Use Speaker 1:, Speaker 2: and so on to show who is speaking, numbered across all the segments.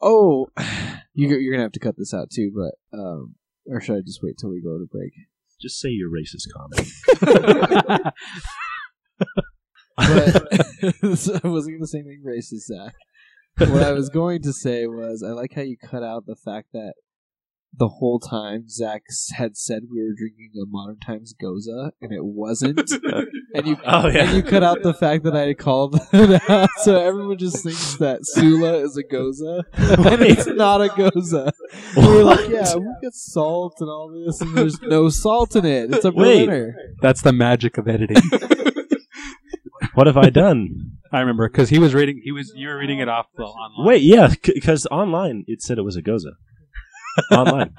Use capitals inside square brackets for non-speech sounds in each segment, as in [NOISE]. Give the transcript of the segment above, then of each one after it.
Speaker 1: Oh, [SIGHS] you, you're gonna have to cut this out too, but um, or should I just wait till we go to
Speaker 2: [LAUGHS]
Speaker 1: break?
Speaker 3: Just say your racist comment.
Speaker 1: But so [LAUGHS] I wasn't gonna say anything racist, Zach. What I was going to say was I like how you cut out the fact that the whole time Zach s- had said we were drinking a modern times goza and it wasn't, [LAUGHS] and you
Speaker 2: [LAUGHS] Oh yeah.
Speaker 1: and you cut out the fact that I had called it out, so everyone just thinks that Sula is a goza, and it's not a goza. We [LAUGHS]
Speaker 2: [LAUGHS]
Speaker 1: were like, yeah, we got salt and all this, and there's no salt in it. It's a
Speaker 2: Wait.
Speaker 1: Berliner.
Speaker 4: That's the magic of editing. [LAUGHS]
Speaker 3: What have I done?
Speaker 4: I remember because he was reading. He was you were reading it off the online.
Speaker 3: Wait, yeah, because online it said it was a goza.
Speaker 1: [LAUGHS]
Speaker 3: online.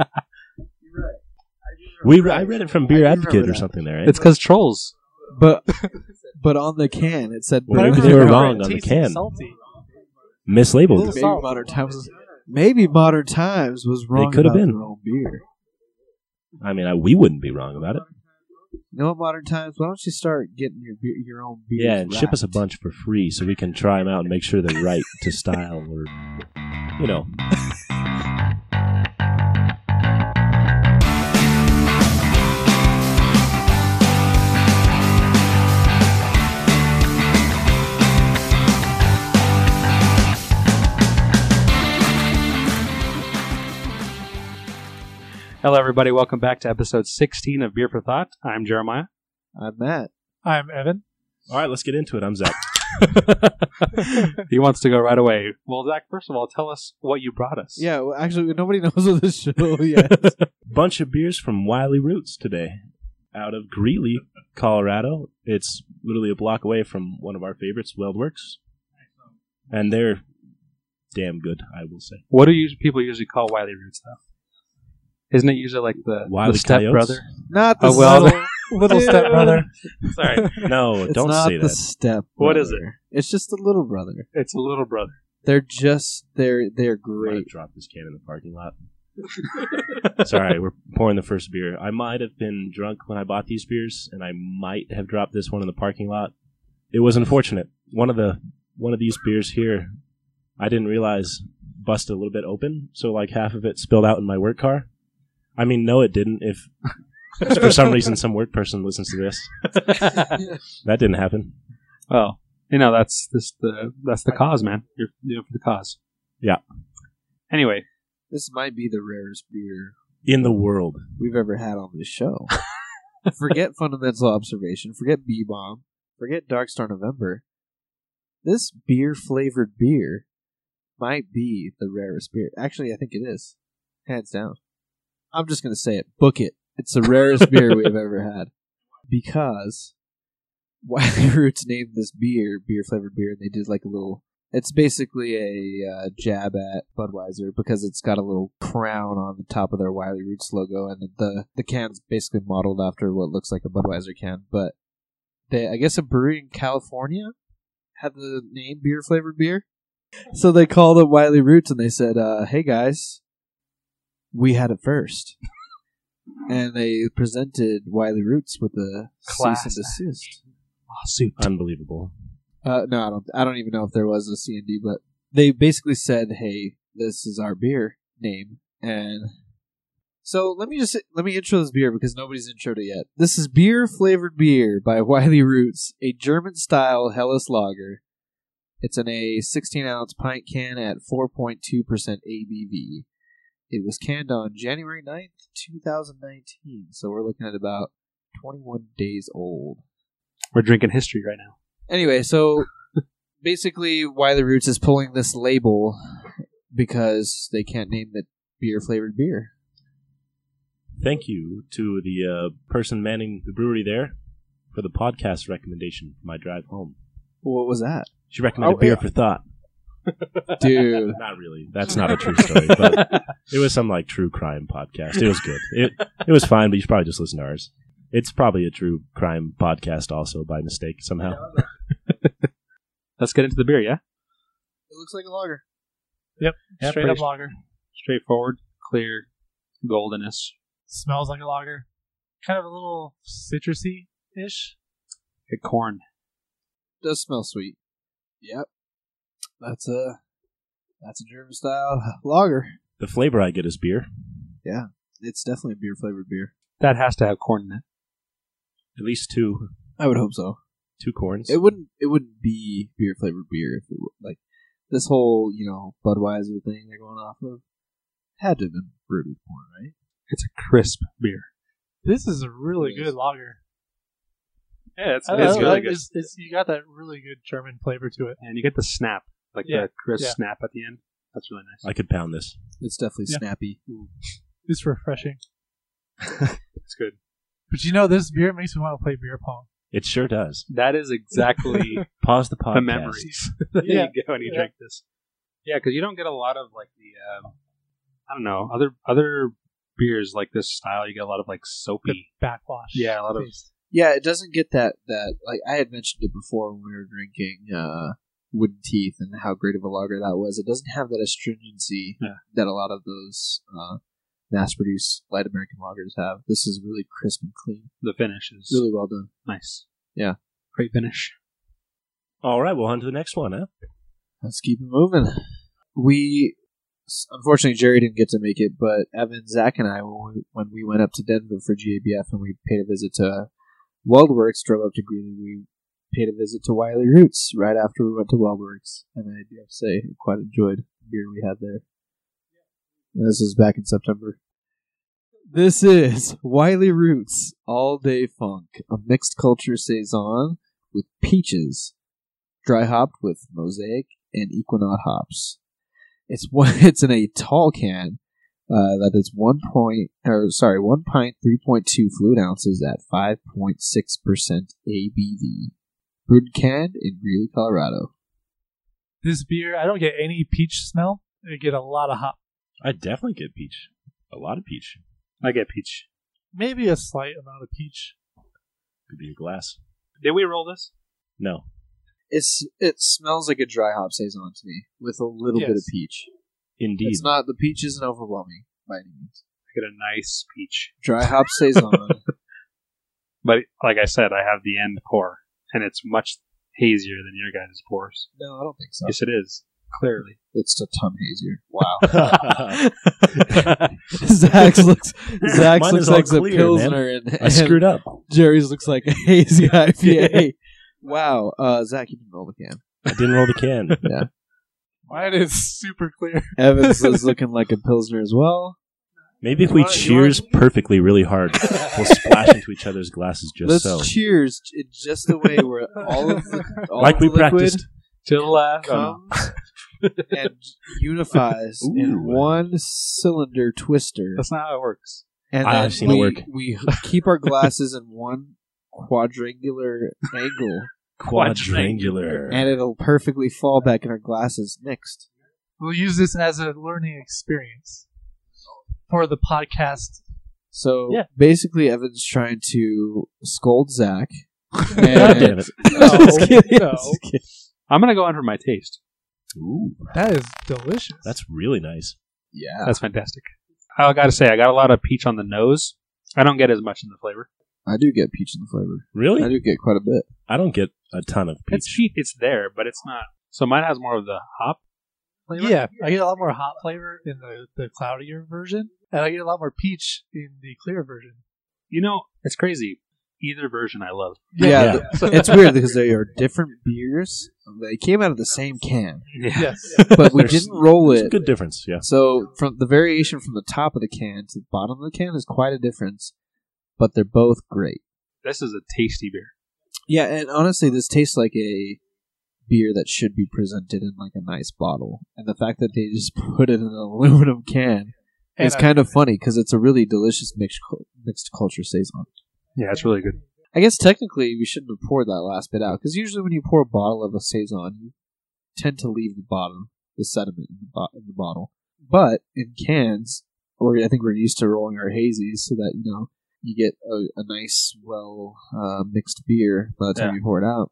Speaker 3: We re- I read it from Beer
Speaker 1: I do remember
Speaker 3: Advocate or
Speaker 1: that.
Speaker 3: something there, eh? right?
Speaker 4: it's because trolls.
Speaker 1: But but on the can it said
Speaker 3: Well,
Speaker 1: Berliner.
Speaker 3: maybe they were
Speaker 1: Maybe
Speaker 3: wrong on the can.
Speaker 2: Salty.
Speaker 3: Mislabeled.
Speaker 2: salt.
Speaker 1: modern times. was- Maybe modern times was wrong.
Speaker 3: could have
Speaker 1: about
Speaker 3: been.
Speaker 1: their own beer.
Speaker 3: I mean, I, we wouldn't be wrong about it.
Speaker 1: You know what, modern times? Why don't you start getting your beer, your own beer?
Speaker 3: Yeah, and ship us a bunch for free so we can try them out and make sure they're right to style or, you know.
Speaker 4: Hello, everybody. Welcome back to episode 16 of Beer for Thought. I'm Jeremiah.
Speaker 1: I'm Matt.
Speaker 2: I'm Evan. [LAUGHS]
Speaker 3: All right, let's get into it. I'm Zach.
Speaker 4: [LAUGHS] he wants to go right away. Well, Zach, first of all, tell us what you brought us.
Speaker 1: Yeah, well, actually, nobody [LAUGHS] knows what this show
Speaker 4: [LAUGHS]
Speaker 1: yet.
Speaker 3: Bunch of beers from Wiley Roots today out of Greeley, Colorado. It's literally a block away from one of our favorites, Weldworks. And they're damn good, I will say.
Speaker 4: What do you people usually call Wiley Roots though? Isn't it usually like the
Speaker 3: Wily
Speaker 4: the step
Speaker 3: Coyotes?
Speaker 4: brother?
Speaker 1: Not the
Speaker 4: Oh, well,
Speaker 1: subtle-
Speaker 2: Little
Speaker 1: Dude.
Speaker 2: step brother.
Speaker 4: [LAUGHS] Sorry,
Speaker 3: No,
Speaker 1: It's
Speaker 3: don't
Speaker 1: not
Speaker 3: say
Speaker 1: the
Speaker 3: that.
Speaker 1: step.
Speaker 4: What is
Speaker 1: brother. It's just the little brother.
Speaker 4: it's a little
Speaker 2: [LAUGHS]
Speaker 4: brother.
Speaker 1: They're just they're they're
Speaker 3: I
Speaker 1: great.
Speaker 3: dropped this can in the parking lot. [LAUGHS] Sorry, we're pouring the first beer. I might have been drunk when I bought these beers, and I might have dropped this one in the parking lot. It was unfortunate. One of the one of these beers here, I didn't realize busted a little bit open, so like half of it spilled out in my work car. I mean, no, it didn't. If for some reason some work person listens to this, that didn't happen.
Speaker 4: well, you know that's this the that's the cause, man. You're you know, for the cause.
Speaker 3: Yeah.
Speaker 4: Anyway,
Speaker 1: This might be the rarest beer
Speaker 3: In the world,
Speaker 1: we've ever had on this show. forget fundamental observation. Forget B bomb. Forget Dark Star November. This beer flavored beer might be the rarest beer. Actually, I think it is, hands down. I'm just gonna say it. Book it. It's the rarest beer we've ever had because Wiley [LAUGHS] Roots named this beer beer flavored beer, and they did like a little. It's basically a uh, jab at Budweiser because it's got a little crown on the top of their Wiley Roots logo, and the the can's basically modeled after what looks like a Budweiser can. But they, I guess, a brewery in California had the name beer flavored beer, so they called up Wiley Roots and they said, uh, "Hey guys, we had it first. and they presented Wiley Roots with a
Speaker 4: Class
Speaker 1: cease and desist.
Speaker 4: lawsuit.
Speaker 3: unbelievable.
Speaker 1: Uh, no, I don't. I don't even know if there was a C and D, but they basically said, "Hey, this is our beer name." And so let me just let me intro this beer because nobody's introed it yet. This is beer flavored beer by Wiley Roots, a German style Helles lager. It's in a 16 ounce pint can at 4.2 percent ABV. It was canned on January 9th, 2019, so we're looking at about 21 days old.
Speaker 4: We're drinking history right now.
Speaker 1: Anyway, so basically, why the Roots is pulling this label because they can't name the beer flavored beer.
Speaker 3: thank you to the uh, person manning the brewery there for the podcast recommendation for my drive home.
Speaker 1: What was [LAUGHS] that,
Speaker 3: She recommended
Speaker 1: Oh,
Speaker 3: beer
Speaker 1: yeah.
Speaker 3: for thought.
Speaker 1: dude?
Speaker 3: Not really. That's
Speaker 1: [LAUGHS]
Speaker 3: not a true story, but it was some like true crime podcast. It was good. It it was fine, but you should probably just listen to ours. It's probably a true crime podcast also by mistake somehow.
Speaker 4: Let's get into the beer. Yeah,
Speaker 1: it looks like a lager.
Speaker 4: Yeah,
Speaker 2: Straight up
Speaker 4: pretty-
Speaker 2: lager.
Speaker 4: straightforward, clear, goldenous.
Speaker 2: Smells like a lager. Kind of a little citrusy ish.
Speaker 4: Good corn.
Speaker 1: Does smell sweet. Yep, that's a That's a German style lager.
Speaker 3: The flavor I get is beer,
Speaker 1: It's definitely a beer flavored beer.
Speaker 4: That has to have corn in it.
Speaker 3: at least two
Speaker 1: I would hope so.
Speaker 3: two corns.
Speaker 1: It wouldn't. It wouldn't be beer flavored beer if it were, like this whole you know Budweiser thing they're going off of had to have been brewed with corn, right?
Speaker 4: It's a crisp beer.
Speaker 2: This is a really
Speaker 1: It is.
Speaker 2: good lager.
Speaker 4: Yeah, it's,
Speaker 2: I-
Speaker 3: it's
Speaker 2: I-
Speaker 3: really
Speaker 2: I-
Speaker 3: good.
Speaker 2: It's, it's, you got that really good German flavor to it.
Speaker 4: And you get the snap, like
Speaker 2: Yeah,
Speaker 4: the crisp
Speaker 2: yeah.
Speaker 4: snap at the end. That's really nice.
Speaker 3: I could pound this.
Speaker 1: It's definitely
Speaker 2: Yeah.
Speaker 1: snappy.
Speaker 2: It's refreshing.
Speaker 4: It's good.
Speaker 2: But you know, this beer makes me want to play beer pong.
Speaker 3: It sure does.
Speaker 4: That is [LAUGHS] exactly
Speaker 3: Pause the podcast.
Speaker 4: the memories [LAUGHS] that
Speaker 2: Yeah,
Speaker 4: you get when you
Speaker 2: yeah.
Speaker 4: drink this. Yeah, because you don't get a lot of like the um, I don't know other other beers like this style. You get a lot of like soapy.
Speaker 2: Backwash.
Speaker 4: Yeah, a lot of-
Speaker 2: taste.
Speaker 1: Yeah, it doesn't get that that like I had mentioned it before when we were drinking uh, Wooden Teeth and how great of a lager that was. It doesn't have that astringency
Speaker 4: Yeah.
Speaker 1: that a lot of those uh, mass produced light American lagers have. This is really crisp and clean.
Speaker 4: The finish is
Speaker 1: Really well done.
Speaker 4: nice.
Speaker 1: Yeah.
Speaker 4: great finish.
Speaker 3: All right, well, on to the next one, huh?
Speaker 1: Let's keep it moving. We unfortunately Jerry didn't get to make it, but Evan, Zach, and I when we, when we went up to Denver for GABF and we paid a visit to Weldworks, drove up to Greeley. We paid a visit to Wiley Roots right after we went to Weldworks, and I do have to say I quite enjoyed the beer we had there. And This was back in September. This is Wiley Roots All Day Funk, a mixed culture saison with peaches dry hopped with mosaic and equinaut hops. It's one. [LAUGHS] It's in a tall can uh, that is one point or sorry one pint three point two fluid ounces at five point six percent ABV. Brewed canned in Greeley, Colorado.
Speaker 2: This beer, I don't get any peach smell. I get a lot of hop.
Speaker 3: I definitely get peach. A lot of peach.
Speaker 4: I get peach.
Speaker 2: Maybe a slight amount of peach.
Speaker 3: Could be a glass.
Speaker 4: Did we roll this?
Speaker 3: No.
Speaker 1: It's it smells like a dry hop saison to me with a little bit of
Speaker 2: Yes.
Speaker 1: peach.
Speaker 3: Indeed.
Speaker 1: It's not the peach isn't overwhelming by any means.
Speaker 4: I get a nice peach.
Speaker 1: Dry hop
Speaker 3: [LAUGHS]
Speaker 1: saison.
Speaker 4: But like I said, I have the end pour, and it's much hazier than your guys' pours.
Speaker 1: No, I don't think
Speaker 2: Oh.
Speaker 1: so.
Speaker 4: Yes, it is clearly.
Speaker 1: It's a ton hazier. Wow.
Speaker 3: I
Speaker 1: [LAUGHS]
Speaker 3: [LAUGHS]
Speaker 1: Zach's looks. Zach's
Speaker 3: Mine
Speaker 1: looks
Speaker 3: is all
Speaker 1: like
Speaker 3: clear,
Speaker 1: the
Speaker 3: man.
Speaker 1: pilsner, and, and
Speaker 3: screwed up.
Speaker 1: Jerry's looks like a hazy [LAUGHS] IPA. wow, uh, Zach, you can roll the can.
Speaker 3: I didn't roll the can.
Speaker 2: Mine is super clear.
Speaker 1: Evans [LAUGHS] is looking like a pilsner as well.
Speaker 3: Maybe if we
Speaker 2: Alright, you
Speaker 3: cheers
Speaker 2: alright?
Speaker 3: perfectly really hard, we'll splash into each other's glasses just
Speaker 1: Let's
Speaker 3: so.
Speaker 1: cheers j- in just the way where all of the
Speaker 3: [LAUGHS]
Speaker 1: all
Speaker 3: like
Speaker 1: of the
Speaker 3: we
Speaker 1: liquid
Speaker 3: practiced.
Speaker 4: Till the last.
Speaker 1: comes and
Speaker 3: [LAUGHS]
Speaker 1: unifies
Speaker 3: Ooh.
Speaker 1: in one cylinder twister.
Speaker 4: That's not how it works.
Speaker 1: And
Speaker 3: I've
Speaker 1: then
Speaker 3: seen it
Speaker 1: we,
Speaker 3: work.
Speaker 1: we keep our glasses in one quadrangular angle,
Speaker 3: Quadrangular.
Speaker 1: and it'll perfectly fall back in our glasses mixed.
Speaker 2: We'll use this as a learning experience for the podcast.
Speaker 1: So
Speaker 2: Yeah.
Speaker 1: basically, Evan's trying to scold
Speaker 3: [LAUGHS]
Speaker 1: Zach.
Speaker 3: God
Speaker 1: And
Speaker 3: damn it.
Speaker 1: Just kidding, [LAUGHS]
Speaker 2: no.
Speaker 1: just kidding.
Speaker 4: I'm gonna go on for my taste.
Speaker 3: Ooh,
Speaker 2: That is delicious.
Speaker 3: that's really nice.
Speaker 1: Yeah.
Speaker 4: That's fantastic. I gotta say, I got a lot of peach on the nose. I don't get as much in the flavor.
Speaker 1: I do get peach in the flavor. I
Speaker 3: Really?
Speaker 1: do get quite a bit.
Speaker 3: I don't get a ton of
Speaker 4: It's
Speaker 3: peach.
Speaker 4: cheap. It's there, but it's not. So mine has more of the hop. flavor?
Speaker 2: yeah. I get a lot more hot flavor in the, the cloudier version, and I get a lot more peach in the clear version.
Speaker 4: You know, it's crazy. Either version I love.
Speaker 1: Yeah,
Speaker 3: Yeah.
Speaker 1: th- it's weird because they are different beers. They came out of the same can,
Speaker 4: Yeah.
Speaker 2: Yes.
Speaker 1: but we
Speaker 3: There's-
Speaker 1: didn't roll
Speaker 3: It's a
Speaker 1: it.
Speaker 3: good difference, yeah.
Speaker 1: So from the variation from the top of the can to the bottom of the can is quite a difference, but they're both great.
Speaker 4: [LAUGHS] This is a tasty beer.
Speaker 1: Yeah, and honestly, this tastes like a beer that should be presented in like a nice bottle. And the fact that they just [LAUGHS] put it in an aluminum can
Speaker 2: And
Speaker 1: is
Speaker 2: I-
Speaker 1: kind of funny because it's a really delicious mixed cul- mixed culture saison.
Speaker 4: Yeah, it's really good.
Speaker 1: I guess technically we shouldn't have poured that last bit out because usually when you pour a bottle of a saison, you tend to leave the bottom, the sediment in the, bo- in the bottle. But in cans, or I think we're used to rolling our hazies so that you know you get a, a nice, well uh, mixed beer by the time
Speaker 4: Yeah.
Speaker 1: you pour it out.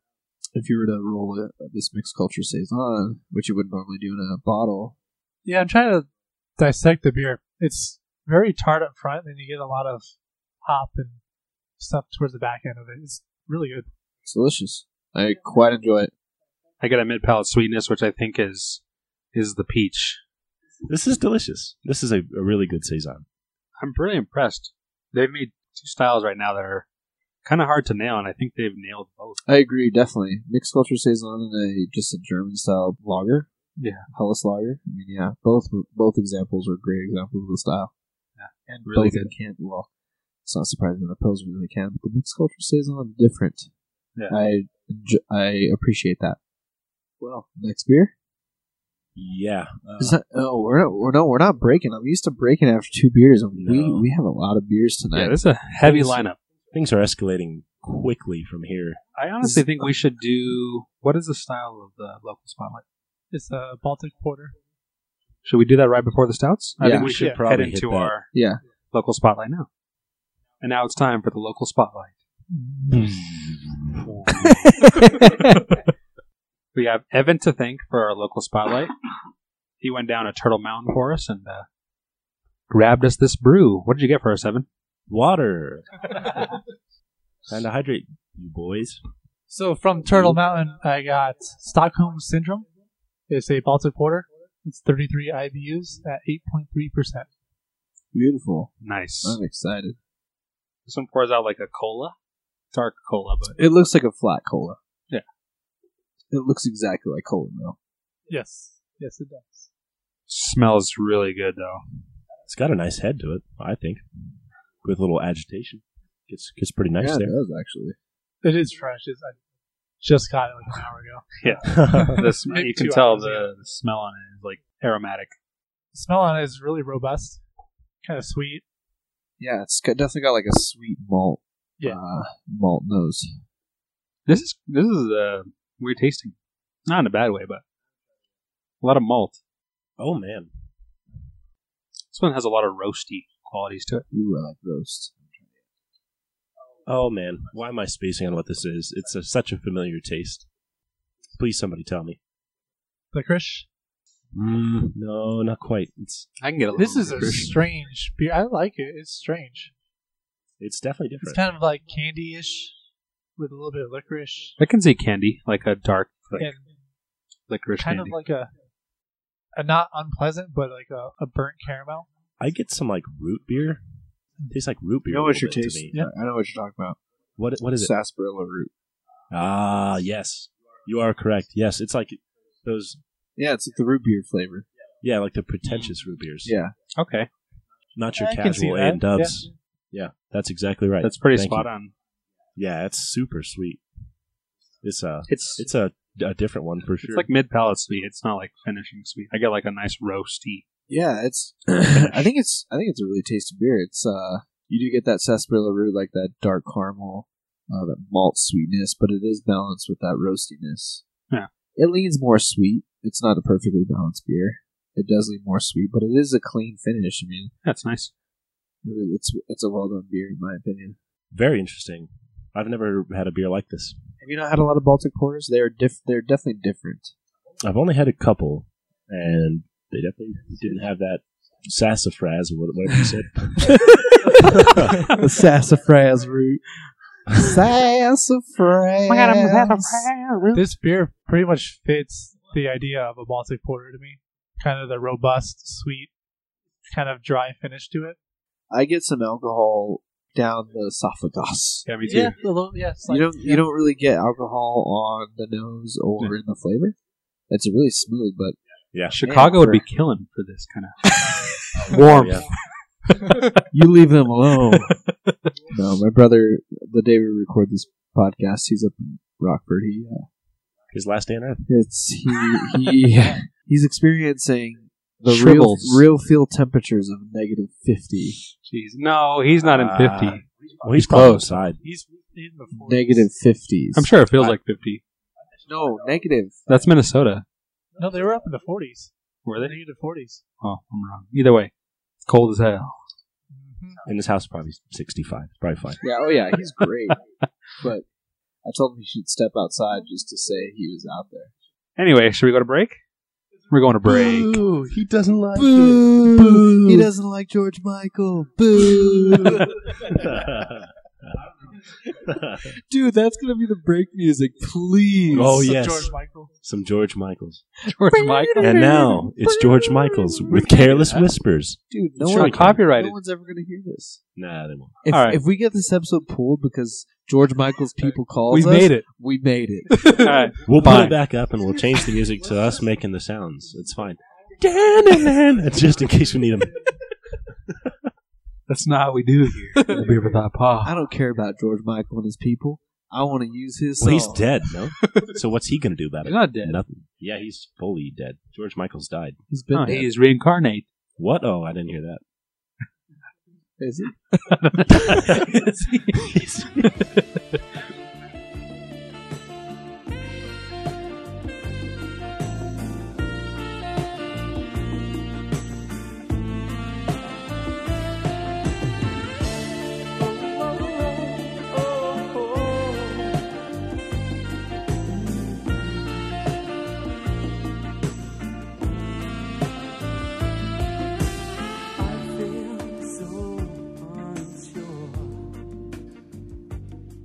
Speaker 1: If you were to roll a, this mixed culture saison, which you would normally do in a bottle,
Speaker 2: Yeah, I'm trying to dissect the beer. It's very tart up front, and you get a lot of hop and stuff towards the back end of it. It's really good.
Speaker 1: it's delicious. I quite enjoy it.
Speaker 4: I get a mid palate sweetness, which I think is is the peach.
Speaker 3: This is delicious. This is a, a really good saison.
Speaker 4: I'm really impressed. They've made two styles right now that are kind of hard to nail, and I think they've nailed both.
Speaker 1: I agree, definitely. Mixed culture saison and a just a German style lager.
Speaker 4: Yeah.
Speaker 1: Hellas lager. I mean, yeah, both were- both examples are great examples of the style.
Speaker 4: And
Speaker 1: both can well. It's not surprising that Pilsner really can, but the mixed culture saison is different.
Speaker 4: Yeah.
Speaker 1: I enj- I appreciate that. Well, next beer.
Speaker 3: Yeah. Uh,
Speaker 1: Is that- oh, we're not, we're no, we're not breaking. I'm used to breaking after two beers, and
Speaker 3: No.
Speaker 1: we we have a lot of beers tonight.
Speaker 4: yeah, this is a heavy
Speaker 3: Things-
Speaker 4: lineup.
Speaker 3: things are escalating quickly from here.
Speaker 4: I honestly think we should do what is the style of the local spotlight?
Speaker 2: It's a Baltic Porter.
Speaker 4: Should we do that right before the stouts? I
Speaker 1: Yeah.
Speaker 4: think we should
Speaker 2: Yeah.
Speaker 3: Probably
Speaker 4: head
Speaker 3: hit
Speaker 4: into
Speaker 3: that.
Speaker 4: our
Speaker 1: yeah.
Speaker 4: local spotlight now. And now it's time for the local [LAUGHS] spotlight.
Speaker 1: [LAUGHS]
Speaker 4: we have Evan to thank for our local spotlight. He went down a Turtle Mountain for us and uh, grabbed us this brew. What did you get for us, Evan?
Speaker 1: [LAUGHS]
Speaker 3: Water. Time to hydrate, you boys.
Speaker 2: So from Turtle Mountain, I got Stockholm Syndrome. It's a Baltic Porter. It's 33 IBUs at 8.3%.
Speaker 1: Beautiful.
Speaker 4: Nice.
Speaker 1: I'm excited.
Speaker 4: This one pours out like a cola, dark cola, but
Speaker 1: It looks like a flat cola.
Speaker 4: Yeah.
Speaker 1: It looks exactly like cola though.
Speaker 2: Yes. Yes, it does.
Speaker 4: smells really good though.
Speaker 3: It's got a nice head to it, I think. With a little agitation. Gets gets pretty nice
Speaker 1: yeah, it does actually.
Speaker 2: It is fresh. It's, I just got it like an hour
Speaker 3: [LAUGHS]
Speaker 2: ago.
Speaker 3: there.
Speaker 4: [LAUGHS] The sm-
Speaker 2: Maybe
Speaker 4: you can
Speaker 2: two
Speaker 4: tell
Speaker 2: hours
Speaker 4: the, the smell on it is like aromatic.
Speaker 2: The smell on it is really robust, kind of sweet.
Speaker 1: Yeah, it's got, definitely got like a sweet malt.
Speaker 2: Yeah.
Speaker 1: Uh, malt nose.
Speaker 4: This is this is uh, weird tasting, not in a bad way, but a lot of malt.
Speaker 3: oh man.
Speaker 4: This one has a lot of roasty qualities to it.
Speaker 1: Ooh, I like roast.
Speaker 3: Oh man. Why am I spacing on what this is? It's a, such a familiar taste. Please somebody tell me.
Speaker 2: Licorice.
Speaker 3: Mm, no, not quite. It's
Speaker 4: I can get a
Speaker 2: This is a strange beer. I like it. It's strange.
Speaker 3: it's definitely
Speaker 2: It's
Speaker 3: different.
Speaker 2: kind of like candy-ish with a little bit of licorice
Speaker 4: I can see candy, like a dark like
Speaker 2: and
Speaker 4: licorice
Speaker 2: kind
Speaker 4: candy.
Speaker 2: of like a, a not unpleasant, but like a, a burnt caramel.
Speaker 3: I get some like root beer. tastes like root
Speaker 1: You
Speaker 3: beer.
Speaker 1: know
Speaker 3: a
Speaker 1: what
Speaker 3: little
Speaker 1: you're
Speaker 3: bit to
Speaker 1: tasting.
Speaker 3: me.
Speaker 2: Yeah.
Speaker 1: I know what you're talking about.
Speaker 3: What what is it?
Speaker 1: Sarsaparilla root.
Speaker 3: Ah, yes. You are correct. Yes, it's like those
Speaker 1: Yeah, it's like the root beer flavor.
Speaker 3: yeah, like the pretentious root beers.
Speaker 1: Yeah.
Speaker 4: okay,
Speaker 3: Not your
Speaker 2: I can see
Speaker 3: casual A and
Speaker 2: that, yeah.
Speaker 3: dubs. Yeah. that's exactly right.
Speaker 4: that's pretty
Speaker 3: Thank
Speaker 4: spot
Speaker 3: you.
Speaker 4: on.
Speaker 3: Yeah, it's super sweet. It's uh
Speaker 4: It's it's,
Speaker 3: it's a, a different one for sure.
Speaker 4: like mid palate sweet. It's not like finishing sweet. I get like a nice roasty.
Speaker 1: Yeah, [COUGHS] it's. I think it's. I think it's a really tasty beer. It's. uh You do get that sarsaparilla root, like that dark caramel, uh, that malt sweetness, but it is balanced with that roastiness.
Speaker 4: Yeah.
Speaker 1: It leans more sweet. It's not a perfectly balanced beer. It does lean more sweet, but it is a clean finish. I mean,
Speaker 4: That's nice.
Speaker 1: it- it's it's a well done beer in my opinion.
Speaker 3: Very interesting. I've never had a beer like this.
Speaker 1: Have you not had a lot of Baltic porters? They're diff. They're definitely different.
Speaker 3: I've only had a couple, and they definitely didn't have that sassafras or what- whatever you [LAUGHS] said.
Speaker 1: the [LAUGHS] sassafras root. Oh
Speaker 2: Oh
Speaker 1: Sassafras.
Speaker 2: This beer pretty much fits the idea of a Baltic Porter to me. Kind of the robust, sweet, kind of dry finish to it.
Speaker 1: I get some alcohol down the esophagus.
Speaker 4: Yeah, me too.
Speaker 2: a little. Yeah, it's
Speaker 1: you don't. You don't really get alcohol on the nose or in the flavor. It's really smooth, but
Speaker 3: yeah,
Speaker 4: Chicago
Speaker 1: Yeah,
Speaker 4: would be killing for this kind
Speaker 3: [LAUGHS]
Speaker 4: of warmth.
Speaker 3: Yeah.
Speaker 1: you leave them alone. no, my brother. The day we record this podcast, he's up in Rockford. He uh,
Speaker 3: his last day on earth.
Speaker 1: it's he he [LAUGHS] he's experiencing the
Speaker 4: Shrivels.
Speaker 1: real real field temperatures of negative fifty.
Speaker 4: Jeez, no, he's not in
Speaker 3: Ah.
Speaker 4: fifty.
Speaker 3: Well, he's,
Speaker 4: He's
Speaker 3: probably
Speaker 4: close.
Speaker 3: outside.
Speaker 2: He's in the 40s.
Speaker 1: negative 50s.
Speaker 4: I'm sure it feels
Speaker 3: I-
Speaker 4: like fifty.
Speaker 1: No, negative.
Speaker 4: That's Minnesota.
Speaker 2: No, they were up in the 40s.
Speaker 4: Were they?
Speaker 2: Negative 40s.
Speaker 4: Oh, I'm wrong. Either way, it's cold as hell.
Speaker 3: And his house probably sixty-five. Probably fine.
Speaker 1: Yeah, oh yeah, he's great. [LAUGHS] but I told him he should step outside just to say he was out there.
Speaker 4: Anyway, should we go to break? We're going to break.
Speaker 3: he doesn't like
Speaker 1: Boo!
Speaker 3: Boo!
Speaker 1: He doesn't like George Michael. Boo!
Speaker 3: it.
Speaker 1: [LAUGHS] Dude, that's gonna be the break music, please.
Speaker 3: Oh,
Speaker 2: Some
Speaker 3: yes.
Speaker 2: George Michael.
Speaker 3: [LAUGHS] Some George Michaels. [LAUGHS]
Speaker 4: George Michael.
Speaker 3: And now it's George Michaels with Careless [LAUGHS] Whispers.
Speaker 1: dude, no,
Speaker 4: Sure,
Speaker 1: one,
Speaker 4: copyrighted.
Speaker 1: no one's ever gonna hear this.
Speaker 3: Nah, they won't.
Speaker 1: If,
Speaker 4: All right.
Speaker 1: if we get this episode pulled because George Michael's people called
Speaker 4: We
Speaker 1: us,
Speaker 4: made it.
Speaker 1: [LAUGHS] we made
Speaker 4: [LAUGHS]
Speaker 1: it.
Speaker 4: All right.
Speaker 3: We'll put
Speaker 4: Fine.
Speaker 3: it back up and we'll change the music to us making the sounds. It's fine. That's Just in case we need them.
Speaker 4: That's not what we do here. [LAUGHS] at The beer without
Speaker 1: I
Speaker 4: paw.
Speaker 1: don't care about George Michael and his people. I want to use his.
Speaker 3: Well, he's
Speaker 1: song.
Speaker 3: dead,
Speaker 1: [LAUGHS]
Speaker 3: no? So what's he going to do about it?
Speaker 4: He's not dead.
Speaker 3: Nothing. Yeah, he's fully dead. George Michael's died.
Speaker 1: He's been
Speaker 4: No,
Speaker 1: dead.
Speaker 4: he is [LAUGHS] reincarnate.
Speaker 3: What? Oh, I didn't hear that.
Speaker 1: Is he?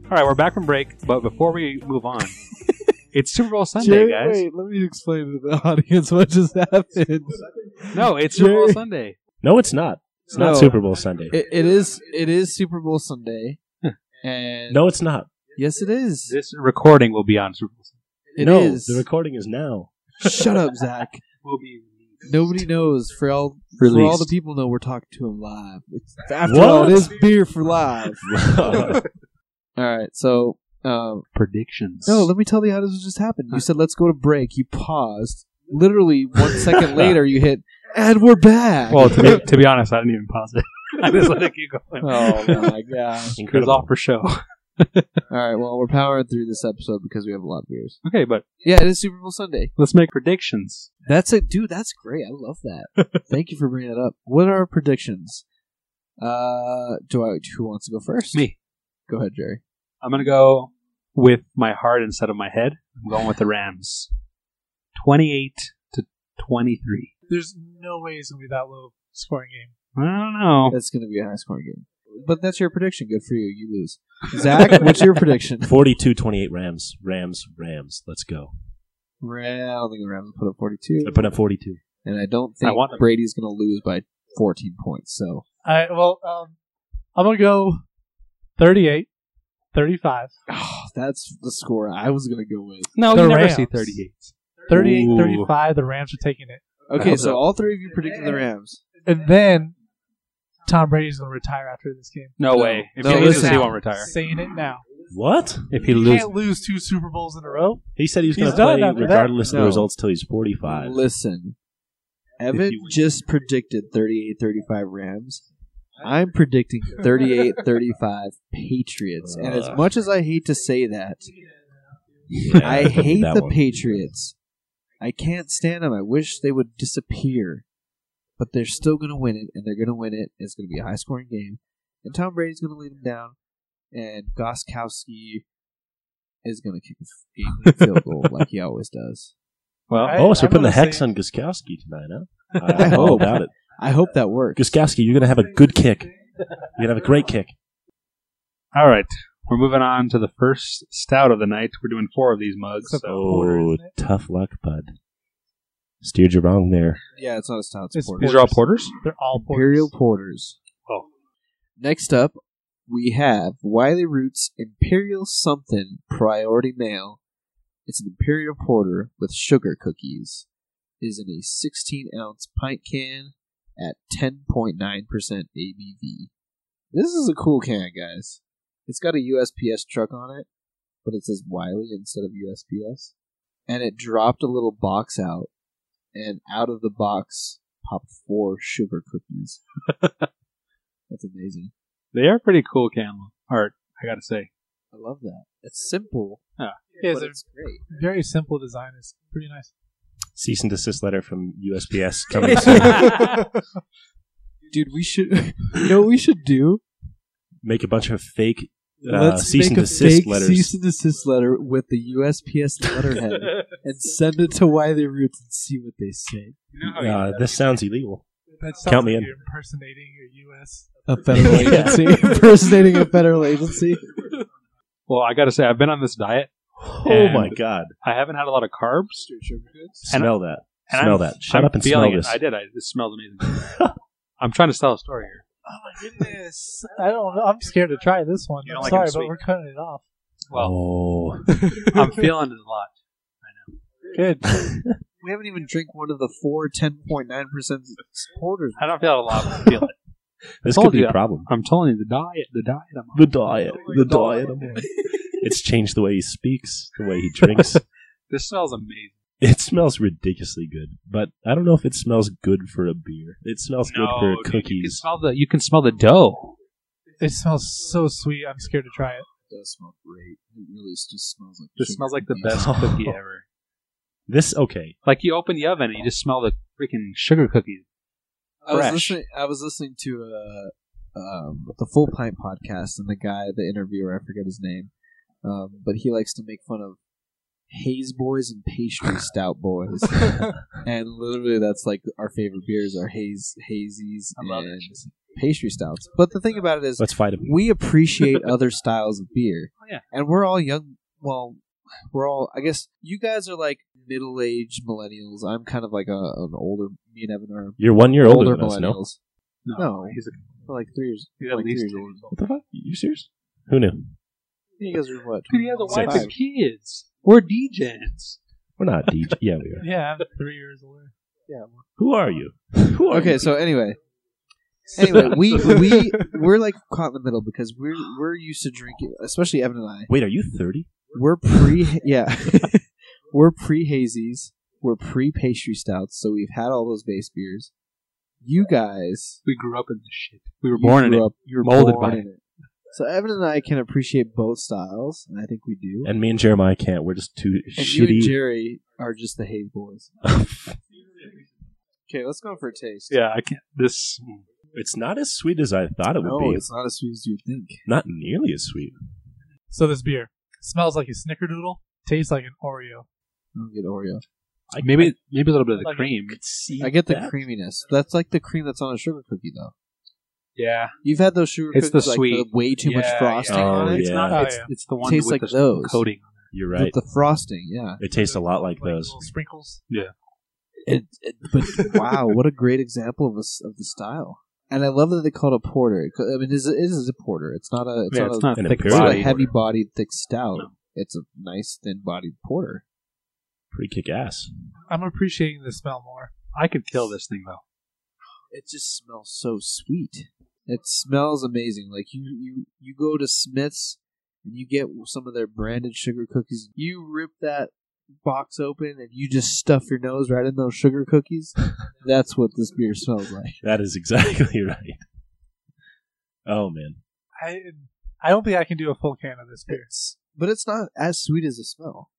Speaker 4: All right, we're back from break, but before we move [LAUGHS] on, it's Super Bowl Sunday,
Speaker 1: Jerry,
Speaker 4: guys.
Speaker 1: Wait, let me explain to the [LAUGHS] audience what just happened.
Speaker 4: No, it's Super Bowl
Speaker 1: Jerry-
Speaker 4: Sunday.
Speaker 3: No, it's not. It's
Speaker 1: No.
Speaker 3: not Super Bowl Sunday.
Speaker 1: It, it is. It is Super Bowl Sunday, and
Speaker 3: no, it's not.
Speaker 1: yes, it is.
Speaker 4: This recording will be on Super Bowl. Sunday.
Speaker 1: It is.
Speaker 3: no, the recording
Speaker 1: [LAUGHS]
Speaker 3: is now.
Speaker 1: Shut up, Zach.
Speaker 4: Will be.
Speaker 1: Nobody knows. For all for all
Speaker 4: Released.
Speaker 1: the people know, we're talking to him live. It's, after
Speaker 3: What?
Speaker 1: all, it is beer for live. All right, so um,
Speaker 4: predictions.
Speaker 1: no, let me tell the audience what just happened. You said let's go to break. You paused. Literally
Speaker 3: [LAUGHS]
Speaker 1: one second later, you hit, and we're back.
Speaker 4: [LAUGHS] well, to [LAUGHS] be, to be honest, I didn't even pause it. [LAUGHS] I just let it keep
Speaker 1: [LAUGHS]
Speaker 4: going.
Speaker 1: oh my gosh.
Speaker 3: [LAUGHS]
Speaker 4: [LAUGHS] It was
Speaker 3: Incredible.
Speaker 4: all for show. [LAUGHS]
Speaker 1: All right, well, we're powering through this episode because we have a lot of beers.
Speaker 4: Okay, but
Speaker 1: Yeah, it is Super Bowl Sunday.
Speaker 4: let's make predictions.
Speaker 1: That's a dude. That's great. I love that.
Speaker 4: [LAUGHS]
Speaker 1: Thank you for bringing that up. What are our predictions? Uh, do I? Who wants to go first?
Speaker 4: Me.
Speaker 1: Go ahead, Jerry.
Speaker 4: I'm gonna go with my heart instead of my head. I'm going with the Rams. Twenty-eight to twenty-three.
Speaker 2: There's no way it's gonna be that low scoring game.
Speaker 4: I don't know.
Speaker 1: That's going to be a high scoring game. But that's your prediction. Good for you. You lose. Zach, what's your
Speaker 3: [LAUGHS]
Speaker 1: prediction?
Speaker 3: 42 28 Rams. Rams, Rams. Let's go.
Speaker 1: Well, I don't think the Rams will put up
Speaker 3: I
Speaker 1: 42,
Speaker 3: put up 42.
Speaker 1: and I don't
Speaker 4: I
Speaker 1: think
Speaker 4: want them.
Speaker 1: Brady's going to lose by 14 points. So
Speaker 2: All right, well, um, I'm gonna go 38, 35,
Speaker 1: oh, that's the score I was going to go with.
Speaker 4: No,
Speaker 2: The
Speaker 4: you never
Speaker 2: Rams.
Speaker 4: see thirty-eight.
Speaker 2: 38,
Speaker 4: Ooh.
Speaker 2: 35. The Rams are taking it,
Speaker 1: Okay,
Speaker 4: hope
Speaker 1: so
Speaker 4: so.
Speaker 1: all three of you predicted the Rams.
Speaker 2: and then Tom Brady's gonna retire after this game.
Speaker 4: No,
Speaker 1: No.
Speaker 4: way. If
Speaker 1: No,
Speaker 4: he loses,
Speaker 1: listen.
Speaker 4: he won't retire.
Speaker 2: Saying it now.
Speaker 3: What?
Speaker 4: If he
Speaker 2: You
Speaker 4: loses,
Speaker 2: can't lose two Super Bowls in a row.
Speaker 3: He said he was going
Speaker 2: He's
Speaker 3: to
Speaker 2: done
Speaker 3: play
Speaker 2: after that.
Speaker 3: regardless of
Speaker 1: No.
Speaker 3: the results till he's 45.
Speaker 1: Listen, Evan
Speaker 3: you win.
Speaker 1: just predicted 38 35 Rams. I'm predicting
Speaker 3: [LAUGHS]
Speaker 1: 38 35 Patriots. And as
Speaker 3: Ugh.
Speaker 1: much as I hate to say that,
Speaker 3: Yeah,
Speaker 1: I
Speaker 3: couldn't do
Speaker 1: hate
Speaker 3: that
Speaker 1: the
Speaker 3: one.
Speaker 1: Patriots. I can't stand them. I wish they would disappear. But they're still going to win it, and they're going to win it. It's going to be a high scoring game. And Tom Brady's going to lead them down, and Goskowski is going to kick a game field goal like he always does.
Speaker 4: well,
Speaker 2: I-
Speaker 3: Oh, so
Speaker 2: I'm
Speaker 3: we're putting the
Speaker 2: gonna
Speaker 3: hex
Speaker 2: say-
Speaker 3: on Guskowski tonight, huh?
Speaker 1: [LAUGHS]
Speaker 3: Oh,
Speaker 1: I
Speaker 3: I'm all
Speaker 1: hope.
Speaker 3: about it.
Speaker 1: I hope that works.
Speaker 3: Guskowski, you're going to have a good kick. You're going to have a great kick.
Speaker 4: all right. We're moving on to the first stout of the night. We're doing four of these mugs.
Speaker 2: It's a
Speaker 4: So.
Speaker 2: Porter,
Speaker 3: Oh,
Speaker 2: isn't it?
Speaker 3: tough luck, bud. Steered you wrong there.
Speaker 1: Yeah, it's not a stout.
Speaker 2: It's
Speaker 1: It's, porter.
Speaker 4: These are all porters.
Speaker 2: They're all porters.
Speaker 1: Imperial Porters.
Speaker 4: Oh.
Speaker 1: Next up, we have Wiley Roots Imperial Something Priority Mail. It's an Imperial Porter with sugar cookies. It is in a 16 ounce pint can at 10.9% ABV. This is a cool can, guys. It's got a USPS truck on it, but it says Wiley instead of USPS. And it dropped a little box out, and out of the box popped four sugar cookies. [LAUGHS] That's amazing.
Speaker 4: They are pretty cool can art. I gotta say.
Speaker 1: I love that. It's simple,
Speaker 2: Yeah,
Speaker 1: but
Speaker 2: it's a
Speaker 1: it's great.
Speaker 2: very simple design. It's pretty nice.
Speaker 3: Cease and desist letter from [LAUGHS] USPS coming soon.
Speaker 1: Dude, we should. [LAUGHS] You know what we should do?
Speaker 3: Make a bunch of fake. Uh,
Speaker 1: Let's
Speaker 3: cease
Speaker 1: make
Speaker 3: and
Speaker 1: a
Speaker 3: desist
Speaker 1: fake
Speaker 3: letters.
Speaker 1: cease and desist letter with the USPS
Speaker 2: [LAUGHS]
Speaker 1: letterhead and send it to Wiley Roots and see what they say.
Speaker 3: Uh, this sounds illegal.
Speaker 2: That sounds
Speaker 3: Count me
Speaker 2: like
Speaker 3: in.
Speaker 2: You're impersonating your U.S. [LAUGHS]
Speaker 1: A federal [LAUGHS]
Speaker 3: Yeah.
Speaker 2: Oh
Speaker 1: agency impersonating a federal agency.
Speaker 4: Well, I got to say, I've been on this diet.
Speaker 3: Oh my
Speaker 4: And
Speaker 3: god!
Speaker 4: I haven't had a lot of carbs. And-
Speaker 3: Smell that.
Speaker 4: And
Speaker 3: Smell
Speaker 4: I'm-
Speaker 3: that. Shut
Speaker 4: I'm
Speaker 3: up and
Speaker 4: feeling
Speaker 3: smell
Speaker 4: it.
Speaker 3: this.
Speaker 4: I did. I, this smells
Speaker 1: [LAUGHS]
Speaker 4: amazing. I'm trying to tell a story here.
Speaker 2: Goodness, I don't. know. I'm scared to try this one.
Speaker 4: You don't
Speaker 2: I'm
Speaker 4: like
Speaker 2: sorry,
Speaker 4: them
Speaker 2: but
Speaker 4: sweet.
Speaker 2: we're cutting it off.
Speaker 4: Well,
Speaker 3: oh, [LAUGHS]
Speaker 4: I'm feeling it a lot.
Speaker 2: Good.
Speaker 1: [LAUGHS] We haven't even drank one of the four 10.9% supporters.
Speaker 4: I don't feel it a lot, but I feel it.
Speaker 3: this
Speaker 4: told
Speaker 3: could be
Speaker 4: you.
Speaker 3: a problem.
Speaker 4: I'm telling you, the diet, the diet. I'm on.
Speaker 3: The diet. The diet. [LAUGHS] It's changed the way he speaks, the way he [LAUGHS] drinks.
Speaker 4: This smells amazing.
Speaker 3: it smells ridiculously good, but I don't know if it smells good for a beer. It smells
Speaker 4: No,
Speaker 3: good
Speaker 4: dude,
Speaker 3: for
Speaker 4: You can
Speaker 3: cookies.
Speaker 4: smell the. You can smell the dough.
Speaker 2: It smells so sweet. I'm scared to try it.
Speaker 1: It does smell great. It really just smells like
Speaker 4: This
Speaker 1: sugar
Speaker 4: smells like the
Speaker 1: cookies. [LAUGHS]
Speaker 4: best cookie ever.
Speaker 3: This okay?
Speaker 4: Like you open the oven and you just smell the freaking sugar cookies.
Speaker 1: I was
Speaker 4: fresh.
Speaker 1: listening. I was listening to uh, um, the Full Pint podcast, and the guy, the interviewer, I forget his name, um, but he likes to make fun of haze boys and pastry
Speaker 4: [LAUGHS]
Speaker 1: stout boys, and literally that's like our favorite beers are haze hazies
Speaker 4: I love
Speaker 1: and pastry stouts. But the thing about it is,
Speaker 3: Let's fight him.
Speaker 1: we
Speaker 4: [LAUGHS]
Speaker 1: appreciate other styles of beer.
Speaker 4: Oh, yeah.
Speaker 1: And we're all young. Well, we're all. I guess you guys are like middle aged millennials. I'm kind of like a, an older. Me and Evan are
Speaker 3: You're one year older,
Speaker 1: older
Speaker 3: than us. No,
Speaker 1: millennials. No.
Speaker 4: he's a,
Speaker 1: We're like three years.
Speaker 4: he's at
Speaker 1: like
Speaker 4: least
Speaker 1: three years
Speaker 4: old.
Speaker 3: what the fuck? You serious? Who knew?
Speaker 1: You guys are
Speaker 4: [LAUGHS]
Speaker 1: what?
Speaker 4: Dude, he has a wife
Speaker 3: Six.
Speaker 4: and kids. We're DJs.
Speaker 3: We're not
Speaker 4: [LAUGHS]
Speaker 3: DJ. yeah, we are.
Speaker 2: Yeah, I'm [LAUGHS] three years older.
Speaker 3: Who are you? Who are
Speaker 1: Okay,
Speaker 3: you?
Speaker 1: so
Speaker 4: [LAUGHS]
Speaker 1: anyway, anyway, we we we're like caught in the middle because we're we're used to drinking, especially Evan and I.
Speaker 3: Wait, are you thirty?
Speaker 1: We're pre [LAUGHS] yeah, we're pre hazies. We're pre pastry stouts, so we've had all those base beers. You guys
Speaker 4: We grew up in this shit. We were
Speaker 1: you
Speaker 4: born in
Speaker 1: grew
Speaker 4: it.
Speaker 1: Up, you were
Speaker 4: molded
Speaker 1: born
Speaker 4: by
Speaker 1: in it. So Evan and I can appreciate both styles, and I think we do.
Speaker 3: And me and Jeremiah can't. We're just too
Speaker 1: And you and
Speaker 3: shitty.
Speaker 1: Jerry are just the Hayes boys. Okay, let's go for a taste.
Speaker 4: Yeah, I can't. This
Speaker 3: it's not as sweet as I thought it would
Speaker 1: no,
Speaker 3: be.
Speaker 1: it's not as sweet as you'd think.
Speaker 3: not nearly as sweet.
Speaker 2: So this beer smells like a snickerdoodle, tastes like an Oreo.
Speaker 1: I don't get Oreo.
Speaker 3: I,
Speaker 4: maybe maybe a little bit of the
Speaker 2: Like-
Speaker 4: cream.
Speaker 3: could see.
Speaker 1: I get the
Speaker 3: that.
Speaker 1: creaminess. That's like the cream that's on a sugar cookie, though.
Speaker 4: Yeah,
Speaker 1: You've had those sugar
Speaker 4: It's the
Speaker 1: cookies, like, the
Speaker 4: sweet.
Speaker 1: way too much
Speaker 4: Yeah,
Speaker 1: frosting
Speaker 3: yeah.
Speaker 1: on
Speaker 3: Oh,
Speaker 1: it.
Speaker 4: It's
Speaker 3: yeah.
Speaker 4: not.
Speaker 2: Oh,
Speaker 4: it's,
Speaker 2: yeah.
Speaker 4: it's the one
Speaker 1: Tastes
Speaker 4: with
Speaker 1: like
Speaker 4: the
Speaker 1: those.
Speaker 4: coating.
Speaker 3: You're
Speaker 1: With
Speaker 3: right.
Speaker 1: the frosting, yeah.
Speaker 3: It tastes a lot like those.
Speaker 2: little sprinkles.
Speaker 1: It, it, but [LAUGHS] wow, what a great example of a s of the style. And I love that they call it a porter. It co- I mean, it is, it is a porter. It's not a. It's
Speaker 4: Yeah,
Speaker 1: not
Speaker 4: it's
Speaker 1: a,
Speaker 4: not
Speaker 3: an
Speaker 4: thick
Speaker 1: It's
Speaker 3: imperial
Speaker 1: not a
Speaker 4: body.
Speaker 3: porter.
Speaker 1: heavy bodied, thick stout.
Speaker 4: No.
Speaker 1: It's a nice, thin bodied porter.
Speaker 3: Pretty kick ass.
Speaker 2: I'm appreciating the smell more.
Speaker 4: I could kill this thing though.
Speaker 1: It just smells so sweet. It smells amazing. Like you, you, you go to Smith's and you get some of their branded sugar cookies. You rip that box open and you just stuff your nose right in those sugar [LAUGHS] cookies. That's what this beer smells like.
Speaker 3: That is [LAUGHS] exactly right. Oh man,
Speaker 2: I I don't think I can do a full can of this beer.
Speaker 1: But it's not as sweet as a smell.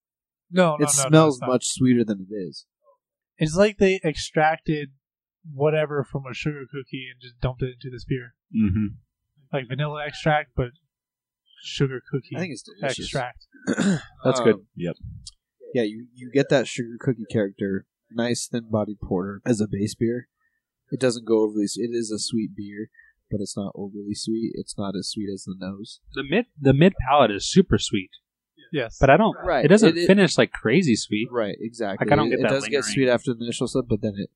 Speaker 2: No,
Speaker 1: it
Speaker 4: Oh,
Speaker 2: no, no, no,
Speaker 1: smells
Speaker 2: it's not.
Speaker 1: much sweeter than it is.
Speaker 2: It's like they extracted whatever from a sugar cookie and just dumped it into this beer,
Speaker 3: mm-hmm.
Speaker 2: like vanilla extract, but sugar cookie
Speaker 1: I think it's delicious.
Speaker 2: extract.
Speaker 4: That's good.
Speaker 1: Um,
Speaker 3: Yep.
Speaker 1: Yeah, you, you get that sugar cookie character, nice thin bodied porter as a base beer. It doesn't go overly. s- It is a sweet beer, but it's not overly sweet. It's not as sweet as the nose.
Speaker 4: The mid the mid palate is super sweet,
Speaker 2: Yes,
Speaker 4: but I don't.
Speaker 1: Right,
Speaker 4: It doesn't
Speaker 1: it- it-
Speaker 4: finish like crazy sweet.
Speaker 1: Right, exactly.
Speaker 4: Like, I don't
Speaker 1: it,
Speaker 4: get
Speaker 1: it
Speaker 4: that
Speaker 1: does get
Speaker 4: lingering.
Speaker 1: sweet after the initial sip, but then it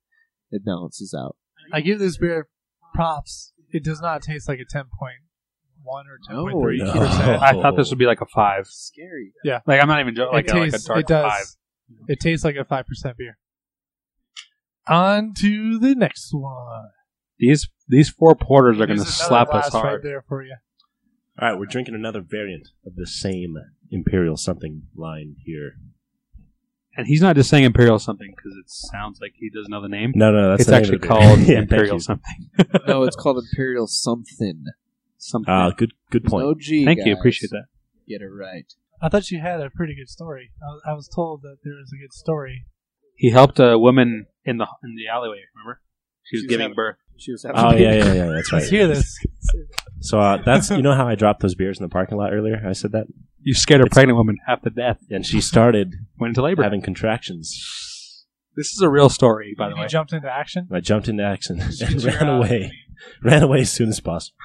Speaker 1: it balances out.
Speaker 2: I give this beer props. It does not taste like a ten point one or ten point three.
Speaker 3: No.
Speaker 4: [LAUGHS] I thought this would be like a five.
Speaker 1: Scary.
Speaker 4: Like I'm not even joking. Like,
Speaker 2: it
Speaker 4: a- like a
Speaker 2: tastes.
Speaker 4: dark
Speaker 2: it does.
Speaker 4: five.
Speaker 2: It tastes like a five percent beer. On to the next one.
Speaker 4: These these four porters are going to
Speaker 2: Here's another
Speaker 4: slap us
Speaker 2: blast right
Speaker 4: hard.
Speaker 2: there for you.
Speaker 3: All right, we're drinking another variant of the same imperial something line here.
Speaker 4: and he's not just saying imperial something because it sounds like he doesn't know the name.
Speaker 3: No, no, that's
Speaker 4: it's
Speaker 3: the name of
Speaker 4: actually
Speaker 3: the beer.
Speaker 1: [LAUGHS]
Speaker 3: [LAUGHS]
Speaker 4: called
Speaker 3: Yeah, thank
Speaker 4: imperial
Speaker 3: you.
Speaker 4: something.
Speaker 1: no, it's called Imperial something.
Speaker 4: Something.
Speaker 3: Ah, good, good
Speaker 1: There's
Speaker 3: point.
Speaker 1: No G.
Speaker 4: Thank you. Appreciate that.
Speaker 1: Get it right.
Speaker 2: I thought you had a pretty good story. I was, I was told that there was a good story.
Speaker 4: He helped a woman in the in the alleyway. Remember, she was
Speaker 1: She was
Speaker 4: giving
Speaker 1: having-
Speaker 4: birth.
Speaker 1: She was having
Speaker 3: Oh yeah, yeah, yeah.
Speaker 4: [LAUGHS]
Speaker 3: That's
Speaker 2: Let's
Speaker 3: right.
Speaker 2: hear this.
Speaker 3: So uh, that's you know how I dropped those beers in the parking lot earlier. I said that,
Speaker 4: You scared a
Speaker 3: It's-
Speaker 4: pregnant woman half to death.
Speaker 3: and she started
Speaker 4: Went into labor.
Speaker 3: having contractions.
Speaker 4: this is a real story, by the
Speaker 2: you
Speaker 4: way.
Speaker 2: jumped into action.
Speaker 3: And I jumped into action [LAUGHS] and
Speaker 2: You're
Speaker 3: ran
Speaker 2: out.
Speaker 3: away, [LAUGHS] ran away as soon as possible.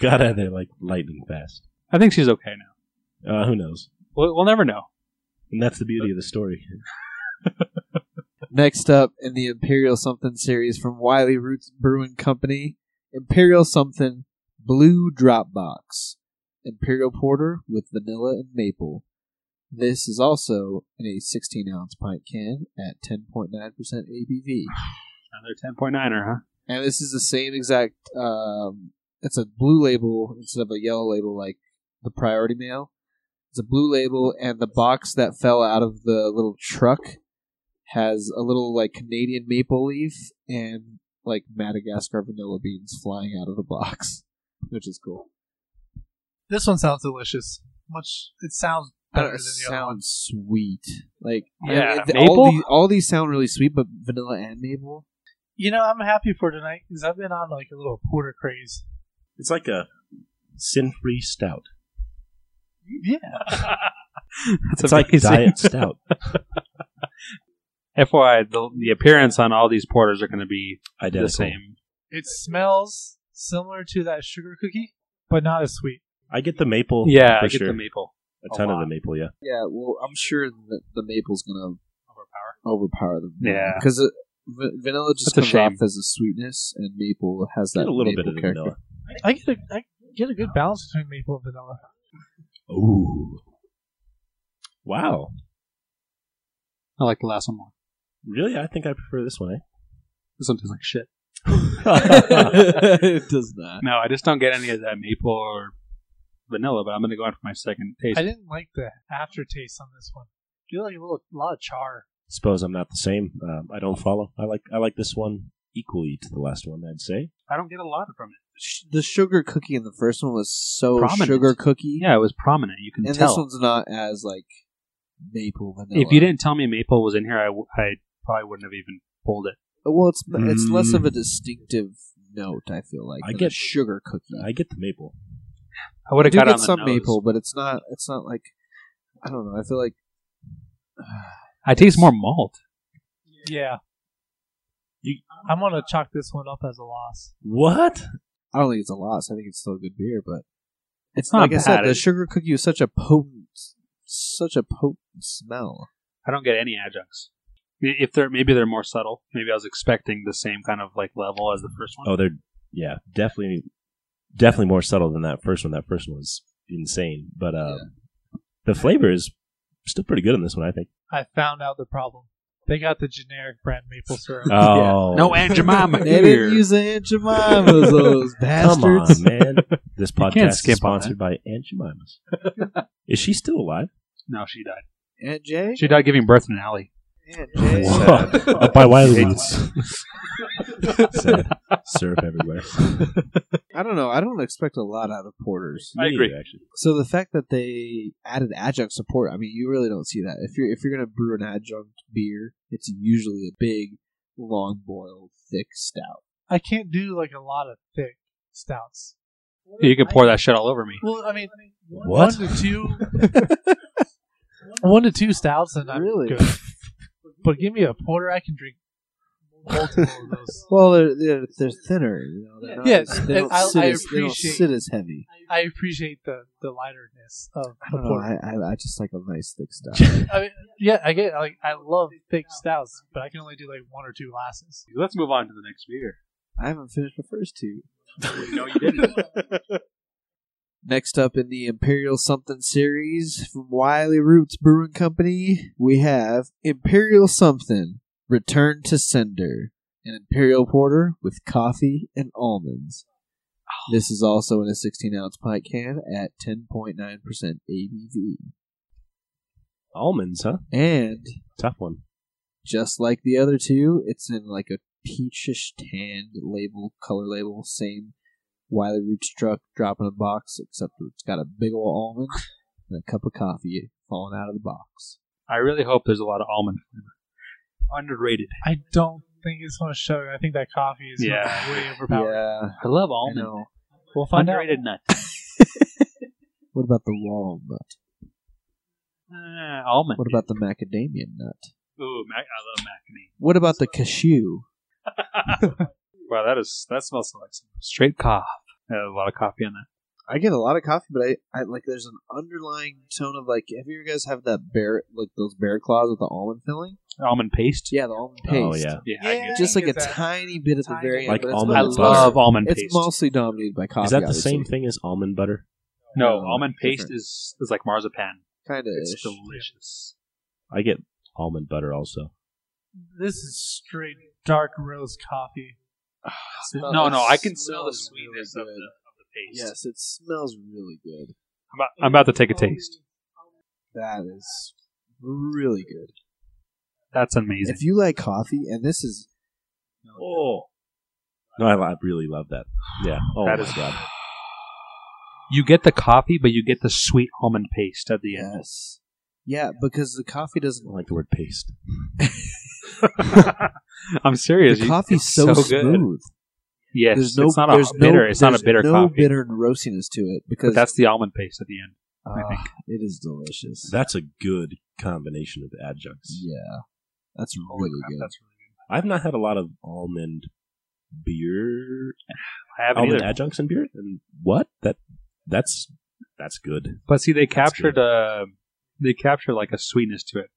Speaker 3: Got out of there like lightning fast.
Speaker 4: I think she's okay now.
Speaker 3: Uh, who knows?
Speaker 4: We'll, we'll never know.
Speaker 3: And that's the beauty of the story.
Speaker 1: Next up in the Imperial Something series from Wiley Roots Brewing Company, Imperial Something Blue Dropbox, Imperial Porter with vanilla and maple. This is also in a 16 ounce pint can at 10.9% ABV.
Speaker 4: Another ten point niner, huh?
Speaker 1: And this is the same exact. Um, it's a blue label instead of a yellow label like the priority mail. It's a blue label, and the box that fell out of the little truck has a little like Canadian maple leaf and like Madagascar vanilla beans flying out of the box, [LAUGHS] which is cool.
Speaker 2: This one sounds delicious. Much it sounds
Speaker 1: I
Speaker 2: better
Speaker 1: don't know,
Speaker 2: than
Speaker 1: it
Speaker 2: the other one.
Speaker 1: sounds sweet. Like
Speaker 4: Yeah,
Speaker 1: I mean, th-
Speaker 4: maple?
Speaker 1: All these, all these sound really sweet, but vanilla and maple.
Speaker 2: You know, I'm happy for tonight because I've been on like a little porter craze.
Speaker 3: It's like a sin-free stout.
Speaker 2: Yeah,
Speaker 4: That's
Speaker 3: It's like [LAUGHS] diet stout.
Speaker 4: FYI, the, the appearance on all these porters are going to be
Speaker 3: Identical.
Speaker 4: the same.
Speaker 2: it smells similar to that sugar cookie, but not as sweet.
Speaker 3: I get the maple.
Speaker 4: Yeah,
Speaker 3: for
Speaker 4: I get
Speaker 3: sure.
Speaker 4: the maple.
Speaker 3: a ton
Speaker 4: a
Speaker 3: of the
Speaker 4: lot.
Speaker 3: maple. Yeah,
Speaker 1: Yeah, well, I'm sure that the maple's gonna
Speaker 4: Overpower.
Speaker 1: overpower them.
Speaker 4: Yeah.
Speaker 1: because v- vanilla just
Speaker 4: That's a
Speaker 1: comes off
Speaker 4: shame.
Speaker 1: as a sweetness, and maple has that
Speaker 3: get a little bit
Speaker 1: maple
Speaker 3: of the
Speaker 1: character.
Speaker 3: vanilla.
Speaker 2: I get a I get a good balance between maple and vanilla.
Speaker 3: Ooh, wow!
Speaker 4: I like the last one more.
Speaker 3: Really, I think I prefer this [LAUGHS] one.
Speaker 4: This one tastes like shit.
Speaker 3: Eh?
Speaker 1: [LAUGHS] it does not.
Speaker 4: No, I just don't get any of that maple or vanilla. But I'm going to go in for my second taste.
Speaker 2: I didn't like the aftertaste on this one. I feel like a little a lot of char.
Speaker 3: Suppose I'm not the same. Um, I don't follow. I like I like this one equally to the last one. I'd say.
Speaker 4: I don't get a lot from it.
Speaker 1: Sh- The sugar cookie in the first one was so
Speaker 4: Prominent.
Speaker 1: sugar cookie,
Speaker 4: Yeah, it was prominent. You can
Speaker 1: and
Speaker 4: tell.
Speaker 1: this one's not as like maple vanilla.
Speaker 4: if you didn't tell me maple was in here, I, w- I probably wouldn't have even pulled it.
Speaker 1: Uh, well, it's it's less of a
Speaker 3: Mm.
Speaker 1: distinctive note. I feel like
Speaker 3: I
Speaker 1: than a
Speaker 3: get-
Speaker 1: sugar cookie.
Speaker 3: I get the maple.
Speaker 4: I would
Speaker 1: I
Speaker 4: have
Speaker 1: do
Speaker 4: got it on
Speaker 1: get
Speaker 4: the
Speaker 1: some
Speaker 4: nose.
Speaker 1: maple, but it's not. It's not like I don't know. I feel like
Speaker 4: I taste more malt.
Speaker 2: Yeah,
Speaker 3: You-
Speaker 2: I'm gonna chalk this one up as a loss.
Speaker 3: What?
Speaker 1: I don't think it's a loss. I think it's still a good beer, but
Speaker 4: It's
Speaker 1: like I said,
Speaker 4: bad.
Speaker 1: the sugar cookie was such a potent, such a potent smell.
Speaker 4: I don't get any adjuncts. I- If they're maybe they're more subtle. Maybe I was expecting the same kind of like level as the first one.
Speaker 3: Oh, they're yeah, definitely, definitely more subtle than that first one. That first one was insane, but um, the flavor is still pretty good on this one. I think.
Speaker 2: I found out the problem. They got the generic brand maple syrup.
Speaker 3: Oh,
Speaker 4: No
Speaker 1: [LAUGHS]
Speaker 4: Aunt Jemima
Speaker 1: They
Speaker 4: here.
Speaker 1: didn't use the Aunt Jemima's, [LAUGHS] those
Speaker 3: [LAUGHS] Come on,
Speaker 1: bastards.
Speaker 3: man. This
Speaker 4: can't
Speaker 3: podcast is
Speaker 4: skip on
Speaker 3: sponsored by Aunt Jemima's. is she still alive?
Speaker 4: no, she died.
Speaker 1: Aunt Jay?
Speaker 4: She died giving birth in an alley.
Speaker 1: Aunt
Speaker 3: [LAUGHS]
Speaker 1: Jay.
Speaker 3: Whoa. Up by Wiley Roots. Sad. Syrup everywhere.
Speaker 1: I don't know. I don't expect a lot out of porters.
Speaker 4: I
Speaker 3: Me
Speaker 4: agree.
Speaker 3: neither, Actually,
Speaker 1: So the fact that they added adjunct support, I mean, you really don't see that. If you're if you're gonna brew an adjunct beer, it's usually a big, long boiled, thick stout.
Speaker 2: I can't do like a lot of thick stouts.
Speaker 4: You could pour that shit all over me.
Speaker 2: Well, I mean,
Speaker 3: What?
Speaker 2: one to two, [LAUGHS] one to two stouts, and I'm
Speaker 1: Really?
Speaker 2: good. But give me a porter, I can drink multiple of those.
Speaker 1: Well, they're they're, they're thinner. You know, they're not
Speaker 2: Yeah,
Speaker 1: as, they, don't
Speaker 2: I-
Speaker 1: sit
Speaker 2: I
Speaker 1: as, they don't
Speaker 2: appreciate-
Speaker 1: sit as heavy.
Speaker 2: I appreciate the the lighterness of
Speaker 1: I
Speaker 2: the
Speaker 1: don't know.
Speaker 2: porter.
Speaker 1: I, I, I just like a nice thick stout.
Speaker 2: I mean, yeah, I get like I love thick stouts, but I can only do like one or two glasses.
Speaker 4: Let's move on to the next beer.
Speaker 1: I haven't finished the first two.
Speaker 4: No, you didn't.
Speaker 1: Next up in the Imperial Something series from Wiley Roots Brewing Company, we have Imperial Something Return to Sender, an Imperial Porter with coffee and almonds. This is also in a 16 ounce pint can at 10.9% ABV.
Speaker 3: almonds, huh?
Speaker 1: And
Speaker 3: Tough one.
Speaker 1: just like the other two, it's in like a peachish tan label, color label, same Wiley Roots truck drop in a box, except it's got a big ol' almond and a cup of coffee falling out of the box.
Speaker 4: I really hope there's a lot of almond flavor. Underrated.
Speaker 2: I don't think it's going to show. I think that coffee is gonna
Speaker 4: Yeah.
Speaker 2: be way overpowered.
Speaker 1: Yeah,
Speaker 4: I love
Speaker 1: I
Speaker 4: almond.
Speaker 1: know.
Speaker 2: We'll find out.
Speaker 4: Underrated nut.
Speaker 1: What about the walnut?
Speaker 4: Uh, almond.
Speaker 1: What about the macadamia nut?
Speaker 4: Ooh, mac- I love macadamia.
Speaker 1: What about the cashew?
Speaker 4: wow, that is that smells like some straight cough. Yeah, a lot of coffee on that.
Speaker 1: I get a lot of coffee, but I, I like there's an underlying tone of like, have you guys have that bear like those bear claws with the almond filling?
Speaker 4: Almond paste.
Speaker 1: Yeah, the almond paste.
Speaker 3: Oh yeah,
Speaker 4: Yeah,
Speaker 2: Yeah.
Speaker 4: I,
Speaker 1: Just like a
Speaker 2: Is that-
Speaker 1: tiny bit at the
Speaker 2: Tiny
Speaker 1: very end.
Speaker 3: Like
Speaker 1: but it's
Speaker 3: almond
Speaker 4: I
Speaker 1: mostly-
Speaker 3: butter.
Speaker 4: love almond paste.
Speaker 1: It's mostly dominated by coffee.
Speaker 3: is that the same thing as almond butter?
Speaker 4: no,
Speaker 1: No,
Speaker 4: almond paste
Speaker 1: different.
Speaker 4: is is like marzipan.
Speaker 1: Kind of.
Speaker 4: It's delicious.
Speaker 3: I get almond butter also.
Speaker 2: This is straight dark roast coffee.
Speaker 4: no, no, I can smell the sweetness of the of the paste.
Speaker 1: Yes, it smells really good.
Speaker 4: I'm, about, I'm about to take a taste.
Speaker 1: That is really good.
Speaker 4: That's amazing.
Speaker 1: If you like coffee, and this is
Speaker 3: Oh, no, I, I really love that. Yeah, oh
Speaker 4: That
Speaker 3: my
Speaker 4: is-
Speaker 3: god,
Speaker 4: You get the coffee, but you get the sweet almond paste at the end.
Speaker 1: yes, yeah, because the coffee
Speaker 3: I
Speaker 1: doesn't.
Speaker 3: don't like the word paste.
Speaker 4: [LAUGHS] I'm serious.
Speaker 1: The
Speaker 4: you-
Speaker 1: coffee's
Speaker 4: it's
Speaker 1: so,
Speaker 4: good.
Speaker 1: smooth.
Speaker 4: Yes,
Speaker 1: There's no,
Speaker 4: it's not a
Speaker 1: there's
Speaker 4: bitter.
Speaker 1: No,
Speaker 4: it's not a
Speaker 1: there's
Speaker 4: bitter
Speaker 1: no
Speaker 4: coffee.
Speaker 1: bitter and roastiness to it because
Speaker 4: But that's the almond paste at the end.
Speaker 1: ah,
Speaker 4: I
Speaker 1: it is delicious.
Speaker 3: That's a good combination of adjuncts.
Speaker 1: yeah, that's
Speaker 4: Holy
Speaker 1: really
Speaker 4: crap,
Speaker 1: good.
Speaker 4: that's really
Speaker 3: I've not had a lot of almond beer,
Speaker 4: good. I haven't
Speaker 3: almond
Speaker 4: either.
Speaker 3: adjuncts in beer. And what that that's that's good.
Speaker 4: But see, they
Speaker 3: That's
Speaker 4: captured uh they captured like a sweetness to it.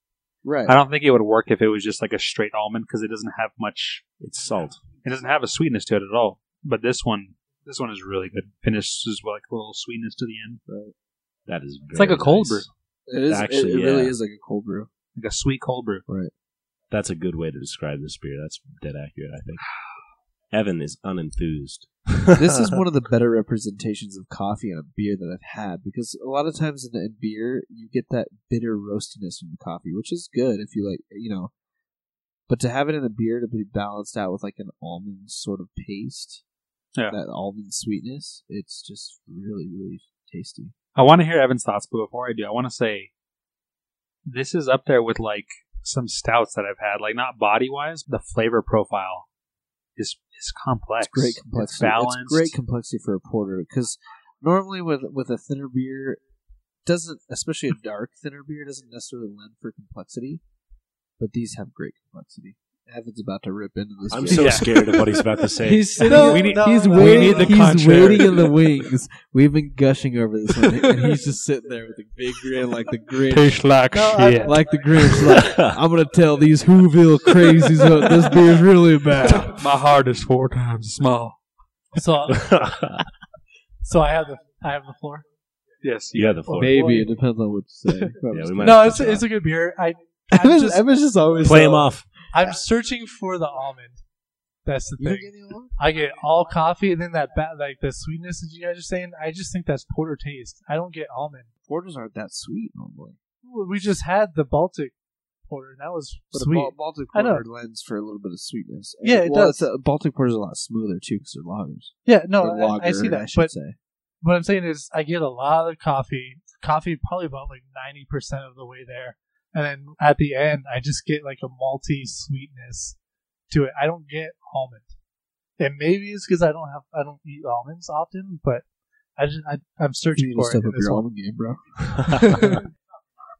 Speaker 1: right.
Speaker 4: I don't think it would work if it was just like a straight almond because it doesn't have much.
Speaker 3: It's salt.
Speaker 4: It doesn't have a sweetness to it at all. But this one, this one is really good. Finishes with like a little sweetness to the end,
Speaker 3: That is. Very
Speaker 4: It's like a cold
Speaker 3: nice.
Speaker 4: brew.
Speaker 1: It is. it-
Speaker 3: Actually,
Speaker 1: it, really
Speaker 3: yeah.
Speaker 1: is like a cold brew.
Speaker 4: like a sweet cold brew.
Speaker 3: That's a good way to describe this beer. That's dead accurate, I think. Evan is unenthused.
Speaker 1: this
Speaker 3: [LAUGHS]
Speaker 1: is one of the better representations of coffee in a beer that I've had because a lot of times in, in beer you get that bitter roastiness from the coffee, which is good if you like, you know. But to have it in a beer to be balanced out with like an almond sort of paste,
Speaker 4: Yeah.
Speaker 1: that almond sweetness, it's just really, really tasty.
Speaker 4: I want to hear Evan's thoughts, but before I do, I want to say this is up there with like some stouts that I've had. Like not body wise, the flavor profile is is complex.
Speaker 1: It's great complexity. It's,
Speaker 4: balanced.
Speaker 1: great complexity for a porter because normally with with a thinner beer doesn't,
Speaker 4: [LAUGHS]
Speaker 1: especially a dark thinner beer, doesn't necessarily lend for complexity. But these have great complexity. Evan's about to rip into this.
Speaker 3: I'm
Speaker 1: beer. [LAUGHS]
Speaker 3: so
Speaker 4: Yeah.
Speaker 3: scared of what he's
Speaker 4: [LAUGHS]
Speaker 3: about to say.
Speaker 1: He's sitting.
Speaker 2: No,
Speaker 4: We need-
Speaker 2: no,
Speaker 1: he's
Speaker 2: no,
Speaker 1: waiting.
Speaker 4: need the
Speaker 1: he's
Speaker 4: contrary.
Speaker 1: waiting in the wings. We've been gushing over this one, and he's just sitting there with a big grin, like the Grinch,
Speaker 4: Tastes like
Speaker 2: No, I- shit.
Speaker 1: like the Grinch. Like I'm gonna tell these Whoville crazies what this beer's really
Speaker 4: [LAUGHS]
Speaker 1: about.
Speaker 4: My heart is four times small.
Speaker 2: So, so I have the I have the floor.
Speaker 4: Yes.
Speaker 3: [LAUGHS] you have the floor.
Speaker 1: Maybe it depends on what you say.
Speaker 3: Yeah, we might
Speaker 2: No,
Speaker 3: have
Speaker 2: it's
Speaker 3: to
Speaker 2: a, it's a good beer.
Speaker 1: [LAUGHS]
Speaker 2: I I'm
Speaker 1: Evan's
Speaker 2: just,
Speaker 1: Evan's just always
Speaker 3: play
Speaker 1: so-
Speaker 3: him
Speaker 4: [LAUGHS]
Speaker 3: off.
Speaker 2: I'm searching for the almond. That's the
Speaker 1: You don't
Speaker 2: thing.
Speaker 1: get any almond?
Speaker 2: I get all coffee and then that ba- like the sweetness that you guys are saying. I just think that's porter taste. I don't get almond.
Speaker 1: Porters aren't that sweet normally.
Speaker 2: We just had the Baltic porter. and That was
Speaker 1: But
Speaker 2: sweet.
Speaker 1: a Bal- Baltic
Speaker 2: I know.
Speaker 1: porter lends for a little bit of sweetness. And-
Speaker 2: Yeah, it
Speaker 1: well, It's
Speaker 2: does.
Speaker 1: a, Baltic porter's a lot smoother too because they're lagers.
Speaker 2: yeah, no,
Speaker 1: They're
Speaker 2: I- I,
Speaker 1: lagered,
Speaker 2: see
Speaker 1: I
Speaker 2: that.
Speaker 1: should
Speaker 2: but
Speaker 1: say.
Speaker 2: what I'm saying is, I get a lot of coffee. Coffee probably about like ninety percent of the way there, and then at the end, I just get like a malty sweetness to it. I don't get almond, and maybe it's because I don't have I don't eat almonds often, but I just I, I'm
Speaker 1: You
Speaker 2: searching
Speaker 1: need to
Speaker 2: for it.
Speaker 1: step
Speaker 2: in
Speaker 1: up
Speaker 2: this
Speaker 1: your
Speaker 2: one.
Speaker 1: almond game, bro.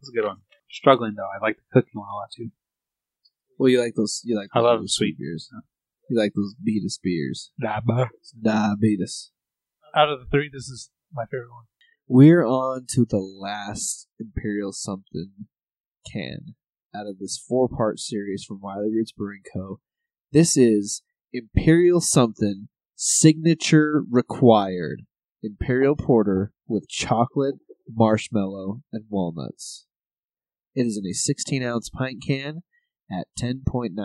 Speaker 4: That's a good one. Struggling though. I like the cooking one a lot too.
Speaker 1: Well, you like those. You like
Speaker 4: I love
Speaker 1: those
Speaker 4: sweet
Speaker 1: beers. You like those Beatus beers.
Speaker 4: Dabba.
Speaker 1: Diabetes.
Speaker 2: Out of the three, this is my favorite one.
Speaker 1: We're on to the last Imperial something can out of this four-part series from Wiley Roots Brewing Co. This is Imperial something signature required Imperial Porter with chocolate, marshmallow, and walnuts. It is in a 16 ounce pint can at 10.9%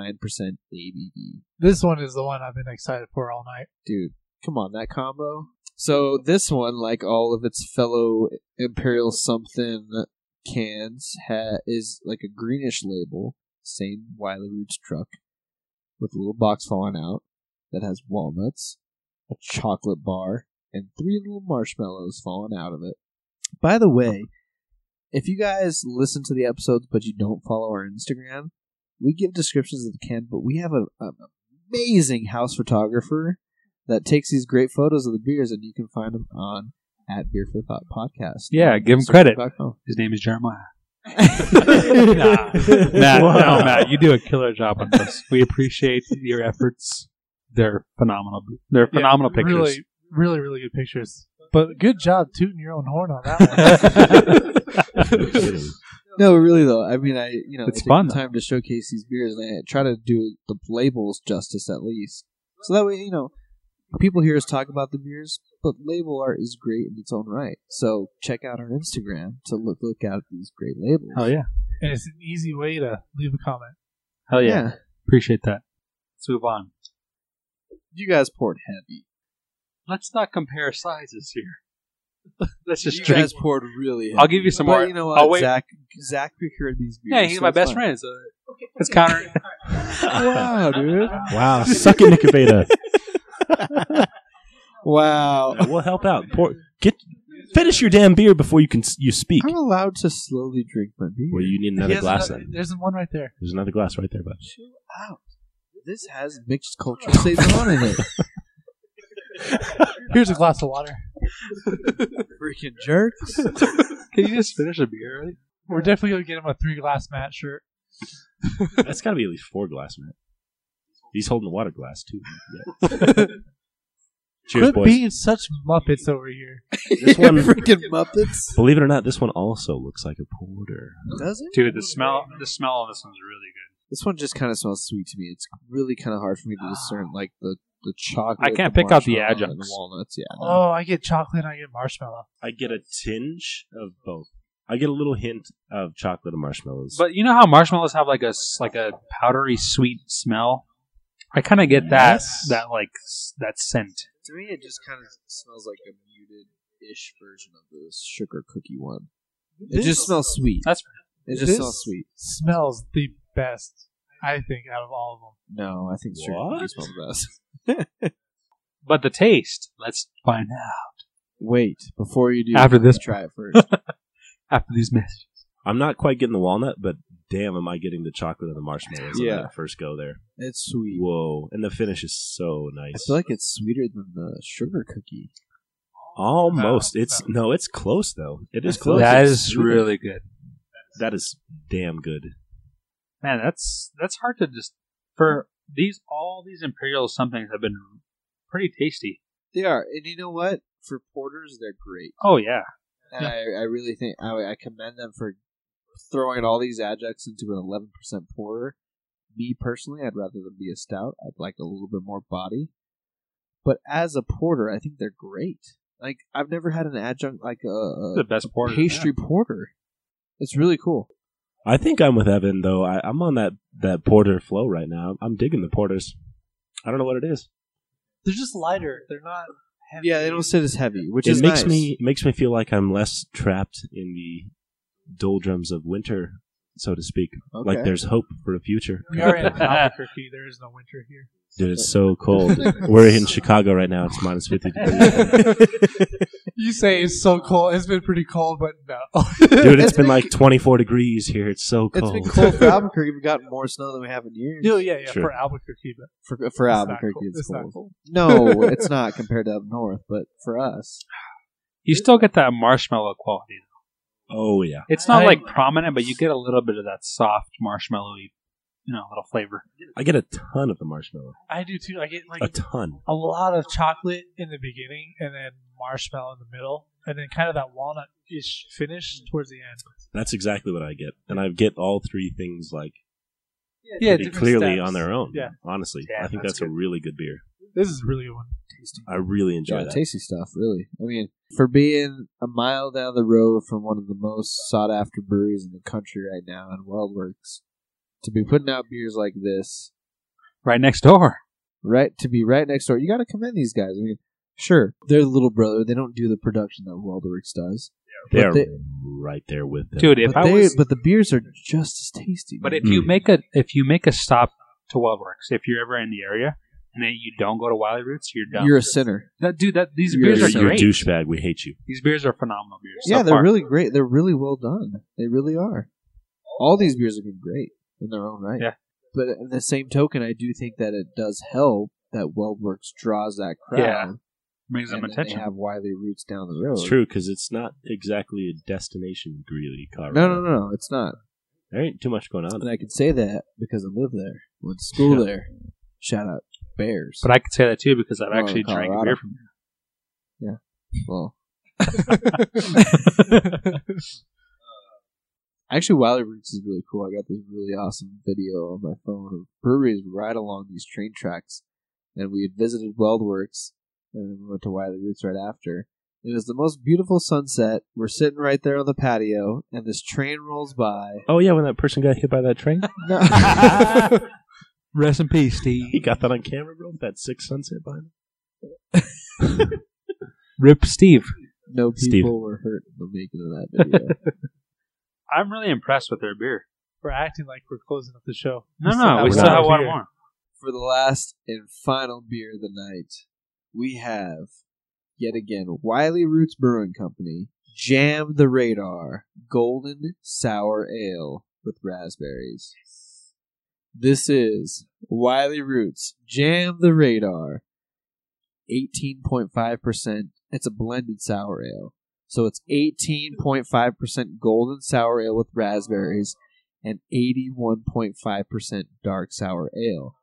Speaker 1: ABV.
Speaker 2: This one is the one I've been excited for all night.
Speaker 1: dude, come on, that combo. So this one, like all of its fellow Imperial something cans, ha- is like a greenish label, same Wiley Roots truck, with a little box falling out that has walnuts, a chocolate bar, and three little marshmallows falling out of it. By the way, if you guys listen to the episodes but you don't follow our Instagram, we give descriptions of the can, but we have a, an amazing house photographer that takes these great photos of the beers, and you can find them on at Beer for Thought Podcast.
Speaker 4: Yeah, give him credit.
Speaker 1: Back home.
Speaker 4: His name is [LAUGHS] Jeremiah.
Speaker 1: nah.
Speaker 4: Matt,
Speaker 3: Wow.
Speaker 4: no, Matt, you do a killer job on this. We appreciate your efforts. They're phenomenal. They're
Speaker 2: Yeah,
Speaker 4: phenomenal pictures.
Speaker 2: Really, really, really good pictures. But good job tooting your own horn on that
Speaker 3: No
Speaker 2: one.
Speaker 3: kidding.
Speaker 1: No, really though. I mean, I you know,
Speaker 4: It's
Speaker 1: I take
Speaker 4: fun,
Speaker 1: the
Speaker 4: though.
Speaker 1: time to showcase these beers, and I try to do the labels justice at least, so that way you know people hear us talk about the beers, but label art is great in its own right. So check out our Instagram to look look out at these great labels.
Speaker 4: [LAUGHS] Hell yeah.
Speaker 2: and it's an easy way to leave a comment.
Speaker 4: Hell yeah.
Speaker 1: yeah.
Speaker 4: Appreciate that. Let's move on.
Speaker 1: You guys poured heavy.
Speaker 4: Let's not compare sizes here. Let's just
Speaker 1: you
Speaker 4: drink.
Speaker 1: guys poured really. heavy.
Speaker 4: I'll give you some
Speaker 1: But
Speaker 4: more.
Speaker 1: You know
Speaker 4: I'll
Speaker 1: what?
Speaker 4: wait.
Speaker 1: Zach Zach procured these beers.
Speaker 4: yeah, he's
Speaker 1: so
Speaker 4: my
Speaker 1: it's
Speaker 4: best
Speaker 1: fine.
Speaker 4: friend. So it's counter.
Speaker 1: Wow,
Speaker 4: [LAUGHS]
Speaker 1: dude!
Speaker 3: Wow, suck it, Nicobeta.
Speaker 1: Wow.
Speaker 3: we'll help out. Pour, get finish your damn beer before you can s- you speak.
Speaker 1: I'm allowed to slowly drink my beer.
Speaker 3: Well, you need another
Speaker 2: Yes,
Speaker 3: glass
Speaker 2: another-
Speaker 3: then.
Speaker 2: There's one right there.
Speaker 3: There's another glass right there, bud.
Speaker 1: Chill out. This has mixed [LAUGHS] culture saison in it.
Speaker 2: Here's a glass of water.
Speaker 1: Freaking jerks.
Speaker 4: Can you just finish a beer? Right?
Speaker 2: We're definitely gonna get him a three glass mat shirt.
Speaker 3: That's got to be at least four glass, man. He's holding the water glass too. Yeah. Cheers,
Speaker 2: Quit
Speaker 3: boys.
Speaker 2: being such muppets over here.
Speaker 3: This
Speaker 1: [LAUGHS]
Speaker 3: one-
Speaker 1: Freaking Muppets.
Speaker 3: Believe it or not, this one also looks like a porter.
Speaker 1: Does it?
Speaker 4: Dude, the smell, the smell on this one's really good.
Speaker 1: This one just kind of smells sweet to me. It's really kind of hard for me to [SIGHS] discern, like, the, the chocolate.
Speaker 4: I can't
Speaker 1: the
Speaker 4: pick out the
Speaker 1: marshmallow, and The
Speaker 4: adjuncts.
Speaker 1: walnuts, yeah. no.
Speaker 2: Oh, I get chocolate and I get marshmallow.
Speaker 3: I get a tinge of both. I get a little hint of chocolate and marshmallows.
Speaker 4: But you know how marshmallows have like a s- like a powdery sweet smell? I kind of get that
Speaker 3: Yes.
Speaker 4: that like s- that scent.
Speaker 1: To me, it just kind of smells like a muted ish version of the sugar cookie one. It
Speaker 2: This-
Speaker 1: just smells sweet.
Speaker 4: That's
Speaker 1: It just
Speaker 2: this-
Speaker 1: smells sweet.
Speaker 2: Smells the best, I think, out of all of them.
Speaker 1: No, I think sugar
Speaker 3: What?
Speaker 1: cookie smells the best.
Speaker 4: but the taste. Let's find out
Speaker 1: Wait, before you do,
Speaker 4: After this-
Speaker 1: try it
Speaker 4: [LAUGHS]
Speaker 1: first.
Speaker 4: after these messages.
Speaker 3: I'm not quite getting the walnut, but damn, am I getting the chocolate and the marshmallows
Speaker 1: Yeah.
Speaker 3: on that first go there.
Speaker 1: it's sweet.
Speaker 3: Whoa. And the finish is so nice.
Speaker 1: I feel like it's sweeter than the sugar cookie. Oh,
Speaker 3: Almost. it's no, it's close though. It
Speaker 1: I
Speaker 3: is
Speaker 1: feel
Speaker 3: close.
Speaker 1: like
Speaker 4: That
Speaker 3: It's
Speaker 4: is
Speaker 3: sweet.
Speaker 4: really good.
Speaker 3: that is damn good.
Speaker 4: Man, that's that's hard to just for these all these imperial somethings have been pretty tasty.
Speaker 1: They are, and you know what? For porters, they're great,
Speaker 4: Oh yeah,
Speaker 1: and I, I really think I, I commend them for throwing all these adjuncts into an eleven percent porter. Me personally, I'd rather them be a stout. I'd like a little bit more body, but as a porter, I think they're great. Like I've never had an adjunct like a, a
Speaker 4: the best porter.
Speaker 1: pastry porter. It's really cool.
Speaker 3: I think I'm with Evan though. I, I'm on that that porter flow right now. I'm digging the porters. I don't know what it is.
Speaker 2: They're just lighter. They're not heavy.
Speaker 1: Yeah, they don't sit as heavy, which
Speaker 3: it
Speaker 1: is
Speaker 3: makes
Speaker 1: nice.
Speaker 3: me it makes me feel like I'm less trapped in the doldrums of winter, so to speak.
Speaker 1: Okay.
Speaker 3: Like there's hope for the future.
Speaker 4: [LAUGHS]
Speaker 2: We are in Albuquerque. There is no winter here.
Speaker 3: Dude, it's
Speaker 1: [LAUGHS]
Speaker 3: so cold. We're in Chicago right now. It's minus fifty degrees.
Speaker 1: [LAUGHS]
Speaker 2: You say it's so cold. It's been pretty cold, but no.
Speaker 3: Dude, it's been like twenty four degrees here. It's so
Speaker 1: It's
Speaker 3: cold.
Speaker 1: been cold for Albuquerque. We've gotten more snow than we have in years.
Speaker 2: [LAUGHS] No, yeah, yeah,
Speaker 3: Sure.
Speaker 2: for Albuquerque, but
Speaker 1: For, for
Speaker 2: it's not
Speaker 1: Albuquerque,
Speaker 2: cool.
Speaker 1: it's,
Speaker 2: It's not
Speaker 1: cold. No, it's not compared to up north, but for us,
Speaker 4: You still get that marshmallow quality.
Speaker 3: Oh yeah.
Speaker 4: It's not
Speaker 2: I-
Speaker 4: like prominent, but you get a little bit of that soft marshmallowy, you know, little flavor.
Speaker 3: I get a ton of the marshmallow.
Speaker 2: I do too. I get like
Speaker 3: A ton.
Speaker 2: a lot of chocolate in the beginning, and then marshmallow in the middle, and then kind of that walnut ish finish towards the end.
Speaker 3: That's exactly what I get, and I get all three things like
Speaker 2: Yeah,
Speaker 3: pretty
Speaker 2: different
Speaker 3: clearly
Speaker 2: steps.
Speaker 3: on their own.
Speaker 2: Yeah.
Speaker 3: honestly,
Speaker 4: Yeah,
Speaker 3: I think
Speaker 4: that's
Speaker 3: that's, a really good beer.
Speaker 2: This is really good one. [LAUGHS]
Speaker 3: I really enjoy
Speaker 1: yeah,
Speaker 3: that.
Speaker 1: uh, tasty stuff. Really, I mean, for being a mile down the road from one of the most sought after breweries in the country right now, in Weldworks, to be putting out beers like this,
Speaker 4: Right next door.
Speaker 1: right to be right next door, you got to commend these guys. I mean, sure, they're the little brother. They don't do the production that Weldworks does,
Speaker 3: They're
Speaker 1: But they-
Speaker 3: right there with them,
Speaker 4: Dude, if
Speaker 1: but
Speaker 4: I
Speaker 1: they
Speaker 4: was
Speaker 1: but the beers are just as tasty.
Speaker 4: but
Speaker 1: man.
Speaker 4: if you
Speaker 3: Mm.
Speaker 4: make a if you make a stop to Wildworks, if you're ever in the area and then you don't go to Wiley Roots, you're dumb.
Speaker 1: you're a sinner.
Speaker 4: that dude that these
Speaker 1: You're-
Speaker 4: beers are
Speaker 3: you're a
Speaker 4: great.
Speaker 3: douchebag. We hate you.
Speaker 4: These beers are phenomenal beers.
Speaker 1: yeah,
Speaker 4: so
Speaker 1: they're
Speaker 4: far.
Speaker 1: really great. They're really well done. They really are. All these beers have been great in their own right.
Speaker 4: Yeah.
Speaker 1: But in the same token, I do think that it does help that Weldworks draws that crowd.
Speaker 4: Yeah, brings
Speaker 1: and
Speaker 4: them
Speaker 1: then
Speaker 4: attention.
Speaker 1: They have Wiley roots down the road.
Speaker 3: It's true because it's not exactly a destination greedy Colorado.
Speaker 1: No, no, no, no, it's not.
Speaker 3: There ain't too much going on.
Speaker 1: And I can say that because I live there, went to school there. Shout out Bears.
Speaker 4: but I could say that too because I've
Speaker 1: Oh,
Speaker 4: actually drank
Speaker 1: Colorado.
Speaker 4: beer from there.
Speaker 1: well, [LAUGHS] Actually, Wiley Roots is really cool. I got this really awesome video on my phone of breweries right along these train tracks, and we had visited Weldworks, and then we went to Wiley Roots right after. It was the most beautiful sunset. We're sitting right there on the patio, and this train rolls by.
Speaker 3: oh yeah, when that person got hit by
Speaker 1: [LAUGHS]
Speaker 3: that train,
Speaker 1: No.
Speaker 4: Rest in peace, Steve.
Speaker 3: he got that on camera, bro. with That sick sunset behind. him.
Speaker 4: Rip Steve.
Speaker 1: No people
Speaker 3: Steve.
Speaker 1: were hurt in the making of that video.
Speaker 4: I'm really impressed with their beer.
Speaker 2: We're acting like we're closing up the show.
Speaker 4: No, no, we still have one more.
Speaker 1: For the last and final beer of the night, we have yet again Wiley Roots Brewing Company Jam the Radar Golden Sour Ale with raspberries. This is Wiley Roots Jam the Radar, 18.5%. It's a blended sour ale. So it's 18.5% golden sour ale with raspberries and 81.5% dark sour ale.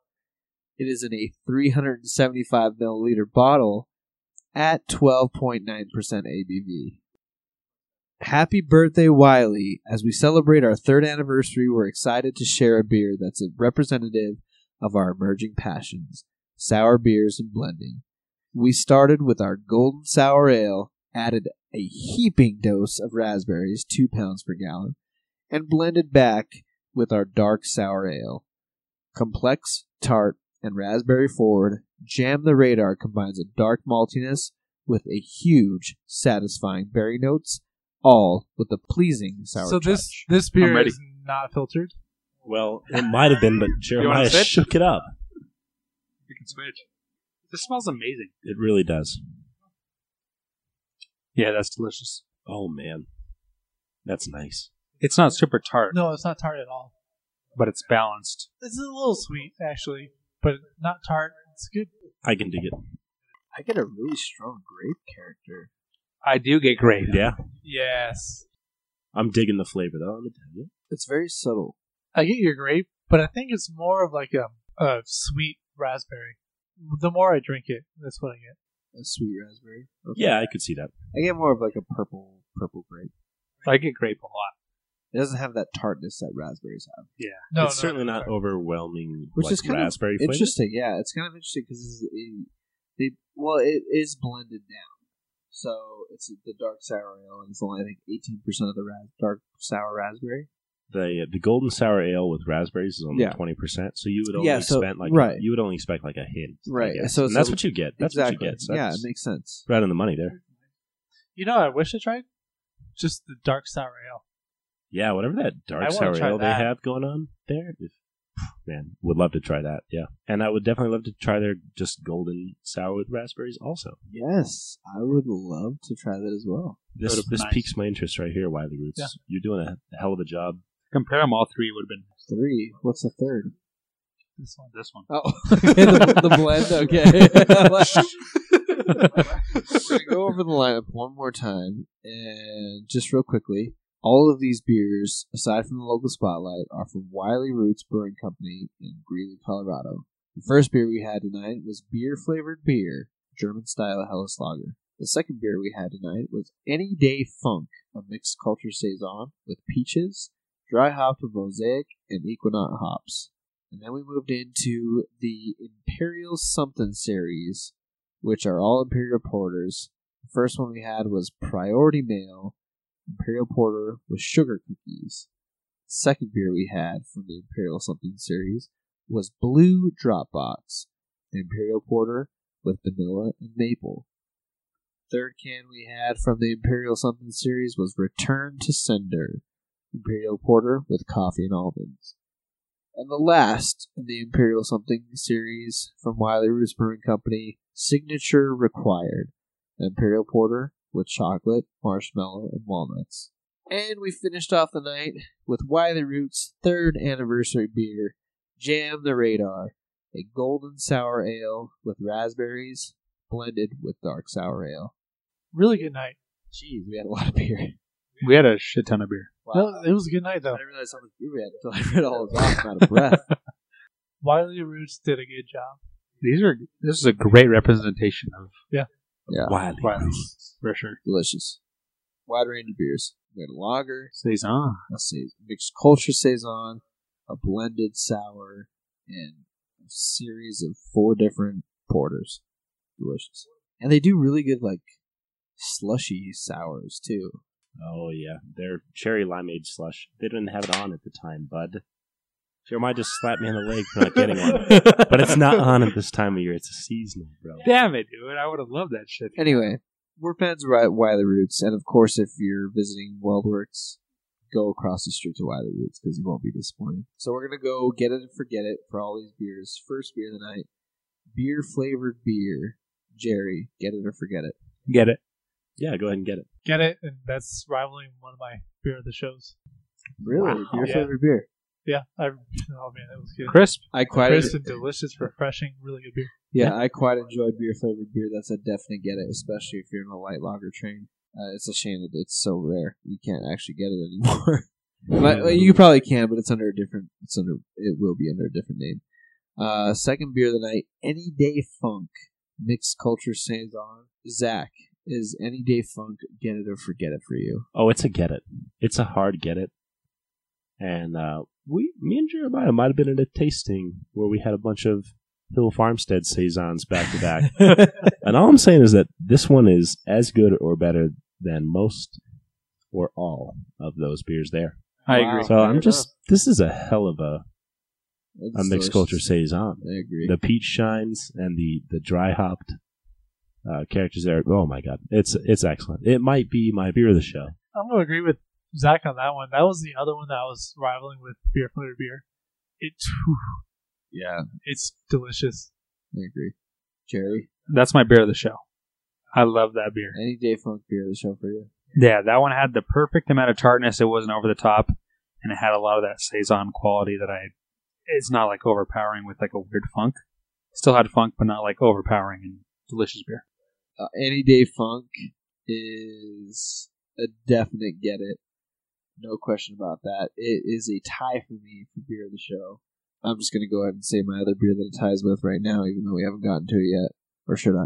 Speaker 1: It is in a 375 milliliter bottle at 12.9% ABV. Happy birthday, Wiley. As we celebrate our third anniversary, we're excited to share a beer that's a representative of our emerging passions sour beers and blending. We started with our golden sour ale, added a heaping dose of raspberries, 2 pounds per gallon, and blended back with our dark sour ale. Complex, tart, and raspberry forward, Jam the Radar combines a dark maltiness with a huge, satisfying berry notes, all with a pleasing sour
Speaker 2: so this
Speaker 1: touch.
Speaker 2: this
Speaker 4: I'm
Speaker 2: beer
Speaker 4: ready.
Speaker 2: is not filtered.
Speaker 3: Well, it might have been,
Speaker 4: [LAUGHS]
Speaker 3: but Jeremiah
Speaker 4: sit?
Speaker 3: shook it up.
Speaker 4: We can switch. This smells amazing.
Speaker 3: It really does.
Speaker 4: Yeah, that's delicious.
Speaker 3: Oh man, that's nice.
Speaker 4: It's not super tart,
Speaker 2: No, it's not tart at all.
Speaker 4: but it's balanced.
Speaker 2: It's a little sweet actually, but not tart. It's good.
Speaker 3: I can dig it.
Speaker 1: I get a really strong grape character.
Speaker 4: I do get grape.
Speaker 3: Yeah,
Speaker 2: Yes,
Speaker 3: I'm digging the flavor though. Let me tell you.
Speaker 1: It's very subtle.
Speaker 2: I get your grape, but I think it's more of like a, a sweet raspberry. The more I drink it, that's what I get.
Speaker 1: A sweet raspberry. Okay.
Speaker 3: Yeah, I could see that.
Speaker 1: I get more of like a purple purple grape.
Speaker 4: I get grape a lot.
Speaker 1: It doesn't have that tartness that raspberries have.
Speaker 2: No,
Speaker 3: it's
Speaker 2: no,
Speaker 3: certainly
Speaker 2: no,
Speaker 3: not
Speaker 2: no.
Speaker 3: overwhelming,
Speaker 1: Which
Speaker 3: like
Speaker 1: is kind of
Speaker 3: raspberry flavor.
Speaker 1: Interesting, yeah. It's kind of interesting because it, it, well, it is blended down. So it's the dark sour ale, and it's only I think eighteen percent of the ra- dark sour raspberry.
Speaker 3: the the golden sour ale with raspberries is only
Speaker 1: Yeah.
Speaker 3: twenty percent. So you would only
Speaker 1: Yeah, so-
Speaker 3: expect like
Speaker 1: right.
Speaker 3: you would only expect like a hint, I
Speaker 1: Right,
Speaker 3: guess.
Speaker 1: so
Speaker 3: And
Speaker 1: it's
Speaker 3: that's
Speaker 1: a-
Speaker 3: what you get. That's
Speaker 1: exactly.
Speaker 3: what you get. So
Speaker 1: yeah, it
Speaker 3: that's
Speaker 1: makes sense.
Speaker 3: right on the money there.
Speaker 2: You know, what I wish I tried just the dark sour ale.
Speaker 3: Yeah, whatever that
Speaker 2: I
Speaker 3: dark
Speaker 2: wanna
Speaker 3: sour
Speaker 2: try
Speaker 3: ale
Speaker 2: that.
Speaker 3: they have going on there. if- man, would love to try that. Yeah, and I would definitely love to try their just golden sour with raspberries also.
Speaker 1: Yes, I would love to try that as well.
Speaker 3: This
Speaker 4: Would've been
Speaker 3: this
Speaker 4: nice.
Speaker 3: piques my interest right here, Wiley Roots.
Speaker 2: Yeah.
Speaker 3: You're doing a hell of a job.
Speaker 4: Compare them all three would have been
Speaker 1: Three. What's the third?
Speaker 2: This one.
Speaker 4: this one.
Speaker 1: Oh, the, the blend. Okay. [LAUGHS] We're gonna go over the lineup one more time, and just real quickly, all of these beers, aside from the local spotlight, are from Wiley Roots Brewing Company in Greeley, Colorado. The first beer we had tonight was beer flavored beer, German style Helles Lager. The second beer we had tonight was Any Day Funk, a mixed culture saison with peaches, dry hopped with mosaic, and equinaut hops. And then we moved into the Imperial Something series, which are all Imperial Porters. The first one we had was Priority Mail Imperial Porter with sugar cookies. The second beer we had from the Imperial Something series was Blue Dropbox Imperial Porter with vanilla and maple. Third can we had from the Imperial Something series was Return to Sender Imperial Porter with coffee and almonds. And the last in the Imperial Something series from Wiley Roots Brewing Company, Signature Required, an Imperial Porter with chocolate, marshmallow, and walnuts. And we finished off the night with Wiley Roots' third anniversary beer, Jam the Radar, a golden sour ale with raspberries blended with dark sour ale.
Speaker 2: Really good night.
Speaker 1: Jeez, we had a lot of beer.
Speaker 4: We had a shit ton of beer.
Speaker 2: No, it was a good night
Speaker 1: I
Speaker 2: though.
Speaker 1: didn't realize how much beer we had until I read all of that. I'm out of breath.
Speaker 2: Wiley Roots did a good job.
Speaker 4: These are this is a great representation of
Speaker 1: Yeah.
Speaker 3: Wiley.
Speaker 4: Wiley. for sure.
Speaker 1: Delicious. Wide range of beers. We had a lager,
Speaker 4: Saison.
Speaker 1: a sa- mixed culture saison, a blended sour, and a series of four different porters. Delicious. And they do really good like slushy sours too.
Speaker 3: Oh yeah, their cherry limeade slush. They didn't have it on at the time, bud. Jeremiah just slapped me on the leg for not getting
Speaker 4: [LAUGHS]
Speaker 3: one. But it's not on at this time of year. It's a seasonal, bro.
Speaker 4: Damn it, dude. I would have loved that shit.
Speaker 1: Anyway, we're fans of Wi- Wiley Roots, and of course, if you're visiting Weldworks, go across the street to Wiley Roots because you won't be disappointed. So we're gonna go get it and forget it for all these beers. First beer of the night, beer flavored beer. Jerry, get it or forget it.
Speaker 4: Get it.
Speaker 3: Yeah, go ahead and get it.
Speaker 2: Get it? And that's rivaling one of my beer of the shows.
Speaker 1: Really,
Speaker 3: Wow.
Speaker 1: beer
Speaker 2: Yeah.
Speaker 1: flavored beer.
Speaker 2: Yeah, I. Oh man, that was good.
Speaker 4: Crisp.
Speaker 1: I quite
Speaker 2: Crisp and delicious, refreshing, really good beer.
Speaker 1: yeah, I quite enjoyed beer flavored beer. That's a definite get it, especially if you're in a light lager train. Uh, it's a shame that it's so rare. You can't actually get it anymore. but well, you probably can, but it's under a different. It's under. It will be under a different name. Uh, second beer of the night, Any Day Funk mixed culture saison. Zach is Any Day Funk. Get it or forget it for you.
Speaker 3: Oh, it's a get it. It's a hard get it. And uh, we, me and Jeremiah might have been at a tasting where we had a bunch of Hill Farmstead saisons back to back. And all I'm saying is that this one is as good or better than most or all of those beers there.
Speaker 4: I
Speaker 1: Wow.
Speaker 4: agree.
Speaker 3: So
Speaker 1: fair
Speaker 3: I'm just this is a hell of a,
Speaker 1: It's
Speaker 3: a mixed
Speaker 1: delicious.
Speaker 3: culture saison.
Speaker 1: I agree.
Speaker 3: The peach shines and the the dry hopped uh, characters there. Oh my god, it's it's excellent. It might be my beer of the show.
Speaker 2: I'm gonna agree with Zach on that one. That was the other one that I was rivaling with beer flavored beer. It,
Speaker 1: yeah,
Speaker 2: it's delicious.
Speaker 1: I agree. Jerry,
Speaker 4: That's my beer of the show. I love that beer.
Speaker 1: Any Day Funk beer of the show for you.
Speaker 4: Yeah, that one had the perfect amount of tartness. It wasn't over the top, and it had a lot of that saison quality that I. It's not like overpowering with like a weird funk. Still had funk, but not like overpowering and delicious beer.
Speaker 1: uh, any day funk is a definite get it no question about that it is a tie for me for beer of the show i'm just going to go ahead and say my other beer that it ties with right now even though we haven't gotten to it yet or should i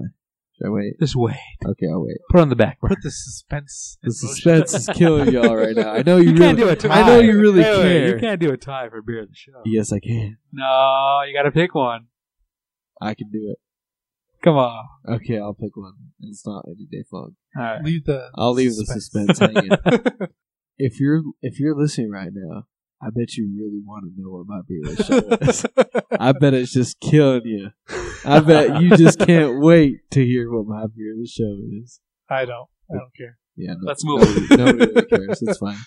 Speaker 1: should i wait
Speaker 4: This way,
Speaker 1: okay i'll wait
Speaker 4: put it on the back burner.
Speaker 2: Put the suspense. in
Speaker 1: the
Speaker 2: motion.
Speaker 1: suspense is killing y'all right now i know you,
Speaker 4: You
Speaker 1: really
Speaker 4: can't do a tie.
Speaker 1: i know you really
Speaker 4: Wait, wait,
Speaker 1: care
Speaker 4: You can't do a tie for beer of the show.
Speaker 1: yes i can
Speaker 4: No, you got to pick one.
Speaker 1: i can do it
Speaker 4: Come on.
Speaker 1: okay i'll pick one it's not any day funk
Speaker 4: All right.
Speaker 2: Leave the.
Speaker 1: I'll leave the suspense hanging. if you're if you're listening right now, I bet you really want to know what my beer of the show is. I bet it's just killing you. I bet you just can't wait to hear what my beer of the show is.
Speaker 2: I don't. I don't care.
Speaker 1: Yeah, no,
Speaker 4: Let's move
Speaker 1: Nobody, nobody really cares. It's fine.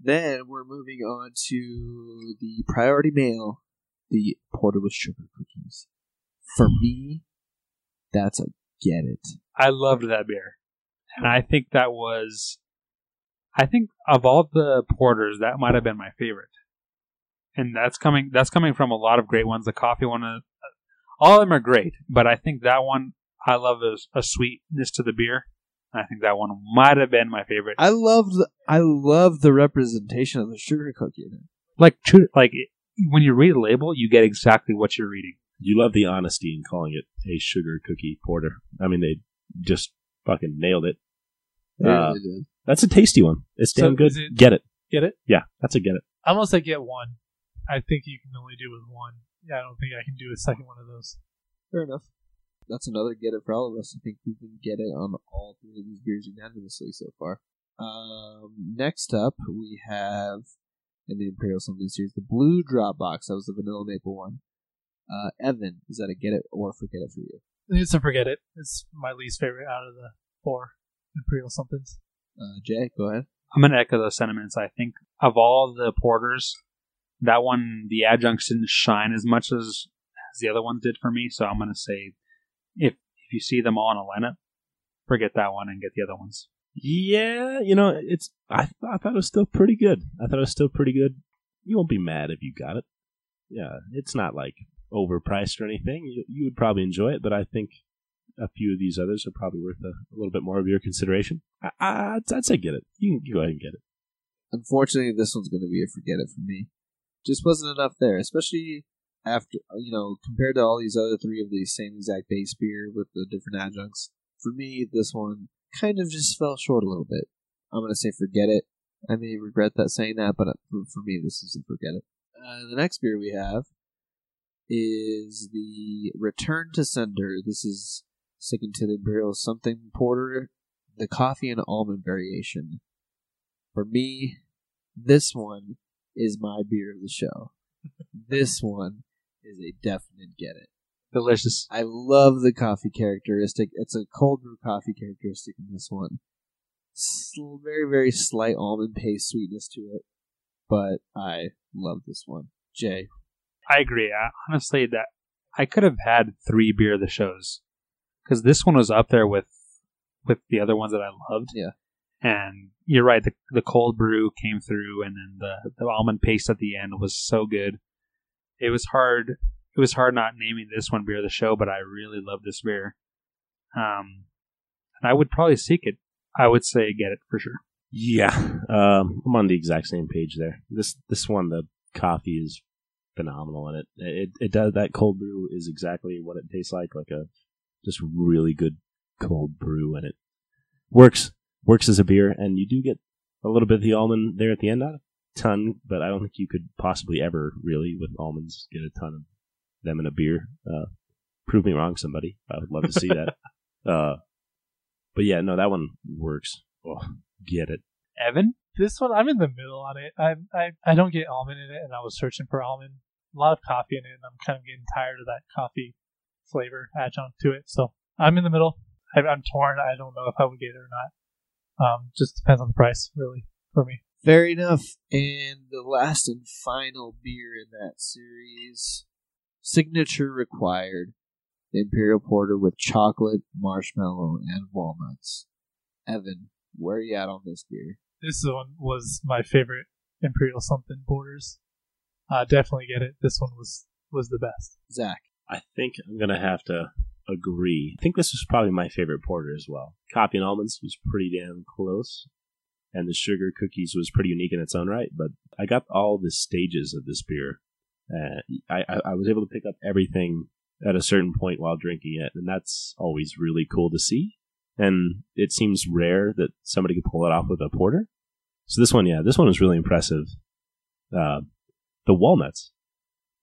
Speaker 1: Then we're moving on to the priority mail, the porter with sugar cookies. For me, that's a get it.
Speaker 4: I loved that beer. And I think that was I think of all the porters, that might have been my favorite. And that's coming that's coming from a lot of great ones. The coffee one uh, all of them are great, but I think that one I love is a sweetness to the beer. And I think that one might have been my favorite.
Speaker 1: I loved I love the representation of the sugar cookie in it.
Speaker 4: like true like it- when you read a label, you get exactly what you're reading.
Speaker 3: You love the honesty in calling it a sugar cookie porter. I mean, they just fucking nailed it.
Speaker 1: They
Speaker 3: Uh,
Speaker 1: really did.
Speaker 3: That's a tasty one. It's
Speaker 2: So
Speaker 3: damn good.
Speaker 2: is it-
Speaker 3: get it.
Speaker 2: Get it?
Speaker 3: Yeah, that's a get it.
Speaker 2: I Unless I get one, I think you can only do with one. Yeah, I don't think I can do a second one of those.
Speaker 1: Fair enough. That's another get it for all of us. I think we can get it on all three of these beers unanimously so far. Um, next up, we have in the Imperial Something series the Blue Drop Box. That was the vanilla maple one. Uh, Evan, is that a get it or forget it for you?
Speaker 2: It's a forget it. It's my least favorite out of the four Imperial somethings.
Speaker 1: Uh, Jay, go ahead.
Speaker 4: I'm gonna echo those sentiments. I think of all the porters, that one the adjuncts didn't shine as much as, as the other ones did for me. So I'm gonna say, if if you see them all in a lineup, forget that one and get the other ones.
Speaker 3: Yeah, you know, it's. I, I thought it was still pretty good. I thought it was still pretty good. You won't be mad if you got it. Yeah, it's not like overpriced or anything. You, you would probably enjoy it, but I think a few of these others are probably worth a, a little bit more of your consideration. I, I, I'd- I'd say get it. You can go ahead and get it.
Speaker 1: Unfortunately, this one's going to be a forget it for me. Just wasn't enough there, especially after you know compared to all these other three of the same exact base beer with the different adjuncts. for me, this one kind of just fell short a little bit. I'm going to say forget it. I may regret that saying that, but uh, for- for me, this is a forget it. Uh, the next beer we have is the Return to Sender. This is sticking to the Imperial Something Porter, the coffee and almond variation. For me, this one is my beer of the show. This one is a definite get it.
Speaker 4: Delicious.
Speaker 1: I love the coffee characteristic. It's a cold brew coffee characteristic in this one. Sl- very, very slight almond paste sweetness to it, but I love this one. Jay,
Speaker 4: I agree. I, honestly, that I could have had three beer of the shows because this one was up there with with the other ones that I loved.
Speaker 1: Yeah.
Speaker 4: And you're right. The the cold brew came through, and then the the almond paste at the end was so good. It was hard. It was hard not naming this one beer of the show, but I really love this beer. Um, and I would probably seek it. I would say get it for sure.
Speaker 3: Yeah, um, I'm on the exact same page there. This this one, the coffee is phenomenal in it. It it does that cold brew is exactly what it tastes like, like a just really good cold brew, and it works works as a beer. And you do get a little bit of the almond there at the end, not a ton, but I don't think you could possibly ever really with almonds get a ton of them in a beer. Uh, prove me wrong, somebody. I would love to see that. Uh, but yeah, no, that one works. Oh, get it.
Speaker 4: Evan,
Speaker 2: This one, I'm in the middle on it. I, I I don't get almond in it, and I was searching for almond. A lot of coffee in it, and I'm kind of getting tired of that coffee flavor adjunct to it. So I'm in the middle. I, I'm torn. I don't know if I would get it or not. Um, just depends on the price, really, for me.
Speaker 1: Fair enough. And the last and final beer in that series, signature required, the Imperial Porter with chocolate, marshmallow, and walnuts. Evan, where are you at on this beer?
Speaker 2: This one was my favorite Imperial something borders. Uh, definitely get it. This one was was the best.
Speaker 1: Zach,
Speaker 3: I think I'm gonna have to agree. I think this was probably my favorite porter as well. Coffee and almonds was pretty damn close, and the sugar cookies was pretty unique in its own right. But I got all the stages of this beer. Uh, I, I I was able to pick up everything at a certain point while drinking it, and that's always really cool to see. And it seems rare that somebody could pull it off with a porter. So this one, yeah, this one was really impressive. Uh, the walnuts,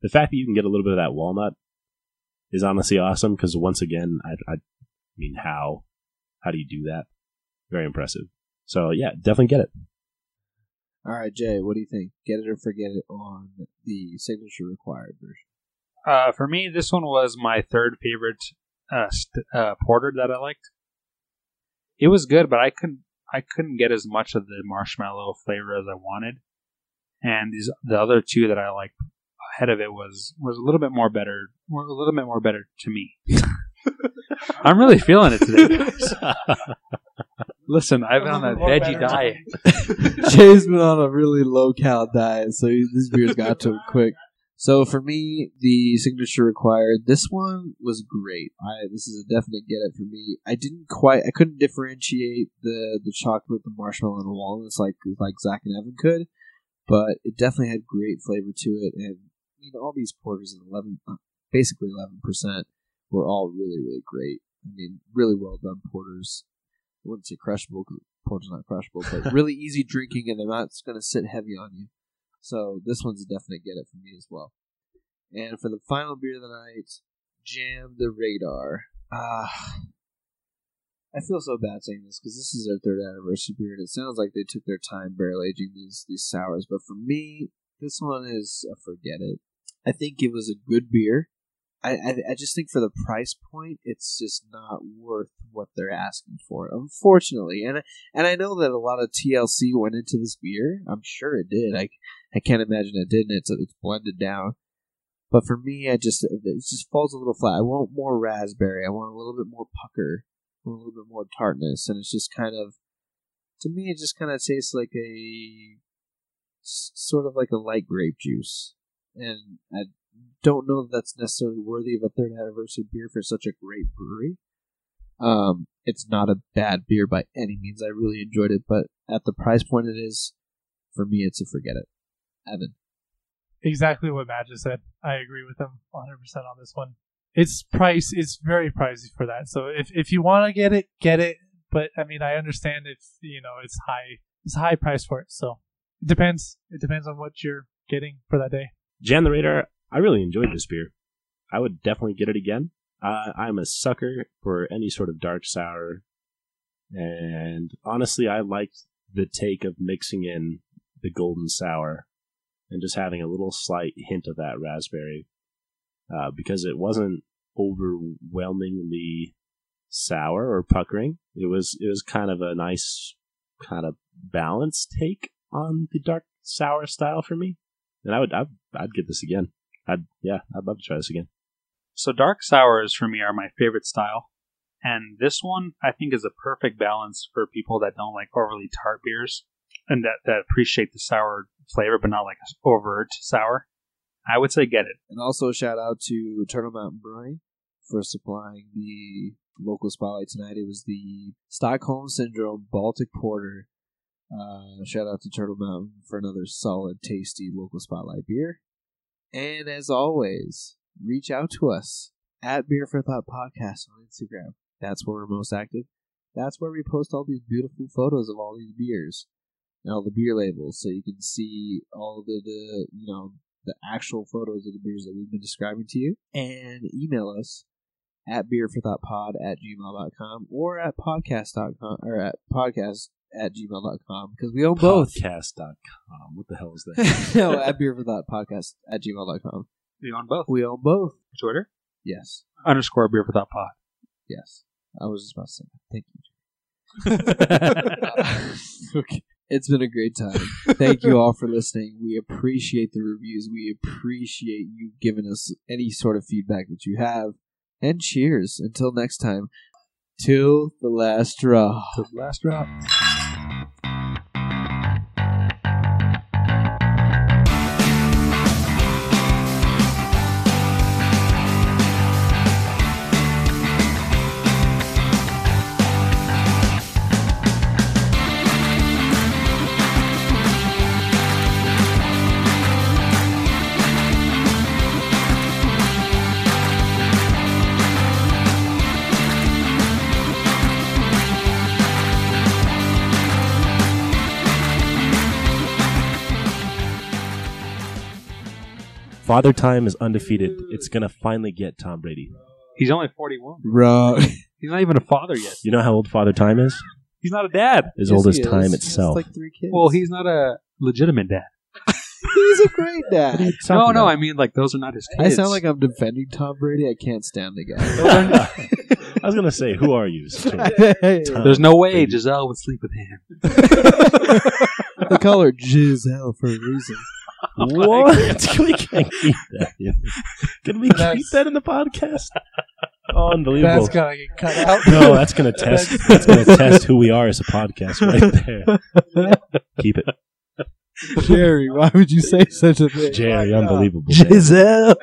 Speaker 3: the fact that you can get a little bit of that walnut is honestly awesome because once again, I, I mean, how how do you do that? Very impressive. So yeah, definitely get it.
Speaker 1: All right, Jay, what do you think? Get it or forget it on the signature required version.
Speaker 4: Uh, for me, this one was my third favorite uh, st- uh, porter that I liked. It was good, but I couldn't I couldn't get as much of the marshmallow flavor as I wanted. And these the other two that I liked ahead of it was was a little bit more better, were a little bit more better to me. I'm really feeling it today. guys. [LAUGHS] Listen, I've been on that veggie diet.
Speaker 1: [LAUGHS]
Speaker 2: [LAUGHS]
Speaker 1: Jay's been on a really low cal diet, so he- this beer's got to him quick. So for me, the signature required. This one was great. I this is a definite get it for me. I didn't quite, I couldn't differentiate the the chocolate, the marshmallow, and the walnuts like like Zach and Evan could, but it definitely had great flavor to it. And I mean, all these porters at eleven, uh, basically eleven percent, were all really really great. I mean, really well done porters. I wouldn't say crushable 'cause porter's not crushable, but really easy drinking, and they're not going to sit heavy on you. So this one's a definite get it for me as well. And for the final beer of the night, Jam the Radar. Ah, I feel so bad saying this because this is their third anniversary beer, and it sounds like they took their time barrel aging these these sours. But for me, this one is a forget it. I think it was a good beer. I, I I just think for the price point, it's just not worth what they're asking for, unfortunately. And and I know that a lot of TLC went into this beer. I'm sure it did. I, I can't imagine it didn't. It's it's blended down. But for me, I just it just falls a little flat. I want more raspberry. I want a little bit more pucker. I want a little bit more tartness, and it's just kind of to me, it just kind of tastes like a s- sort of like a light grape juice. And I don't know that that's necessarily worthy of a third anniversary beer for such a great brewery. Um, it's not a bad beer by any means. I really enjoyed it, but at the price point it is, for me, it's a forget it. Evan,
Speaker 2: Exactly what Matt just said. I agree with him 100% on this one. It's price. It's very pricey for that. So if if you want to get it, get it. But I mean, I understand if you know it's high. It's a high price for it. So it depends. It depends on what you're getting for that day.
Speaker 3: Jan the Radar, I really enjoyed this beer. I would definitely get it again. Uh, I'm a sucker for any sort of dark sour. And honestly, I liked the take of mixing in the golden sour and just having a little slight hint of that raspberry uh, because it wasn't overwhelmingly sour or puckering. It was it was kind of a nice kind of balanced take on the dark sour style for me. And I would I'd, I'd get this again. I'd yeah I'd love to try this again.
Speaker 4: So dark sours for me are my favorite style, and this one I think is a perfect balance for people that don't like overly tart beers and that, that appreciate the sour flavor but not like overt sour. I would say get it.
Speaker 1: And also shout out to Turtle Mountain Brewing for supplying the local spotlight tonight. It was the Stockholm Syndrome Baltic Porter. Uh, shout out to Turtle Mountain for another solid, tasty local spotlight beer. And as always, reach out to us at Beer for Thought Podcast on Instagram. That's where we're most active. That's where we post all these beautiful photos of all these beers and all the beer labels, so you can see all the, the you know the actual photos of the beers that we've been describing to you. And email us at beerforthoughtpod at gmail.com or at podcast.com or at podcast at gmail.com because we own [LAUGHS] both.
Speaker 3: Podcast.com. What the hell is that? [LAUGHS]
Speaker 1: no, at beerforthoughtpodcast at gmail.com.
Speaker 4: We own both.
Speaker 1: We own both.
Speaker 4: Twitter
Speaker 1: Yes.
Speaker 4: underscore beer for thought
Speaker 1: [LAUGHS]
Speaker 4: pod.
Speaker 1: Yes. I was just about to say that. Thank you. [LAUGHS]
Speaker 4: [LAUGHS] okay.
Speaker 1: It's been a great time. Thank you all for listening. We appreciate the reviews. We appreciate you giving us any sort of feedback that you have. And cheers. Until next time. Till the last straw.
Speaker 3: the last drop. Father Time is undefeated. It's gonna finally get Tom Brady.
Speaker 4: He's only 41.
Speaker 1: Bro. [LAUGHS]
Speaker 4: He's not even a father yet.
Speaker 3: You know how old Father Time is?
Speaker 4: He's not a dad.
Speaker 3: As old as time itself.
Speaker 1: like three kids.
Speaker 4: Well, he's not a legitimate dad.
Speaker 1: he's a great
Speaker 3: What are
Speaker 1: dad.
Speaker 3: you talking
Speaker 4: no, no,
Speaker 3: about?
Speaker 4: I mean like those are not his
Speaker 1: I
Speaker 4: kids.
Speaker 1: sound like I'm defending Tom Brady. I can't stand the [LAUGHS]
Speaker 3: [LAUGHS] I was gonna say, who are you? [LAUGHS]
Speaker 1: guy.
Speaker 4: There's no way Giselle would sleep with him.
Speaker 1: they call her Giselle for a reason.
Speaker 3: What? [LAUGHS] we can't keep that. in. Can we keep
Speaker 2: That's-
Speaker 3: that in the podcast? Oh, unbelievable.
Speaker 2: That's gotta get
Speaker 3: [LAUGHS]
Speaker 2: cut out.
Speaker 3: no, that's gonna test. That's gonna test who we are as a podcast right there. Keep it,
Speaker 1: Jerry, why would you say such a thing? [LAUGHS] é.
Speaker 3: Jerry. Unbelievable.
Speaker 1: Giselle.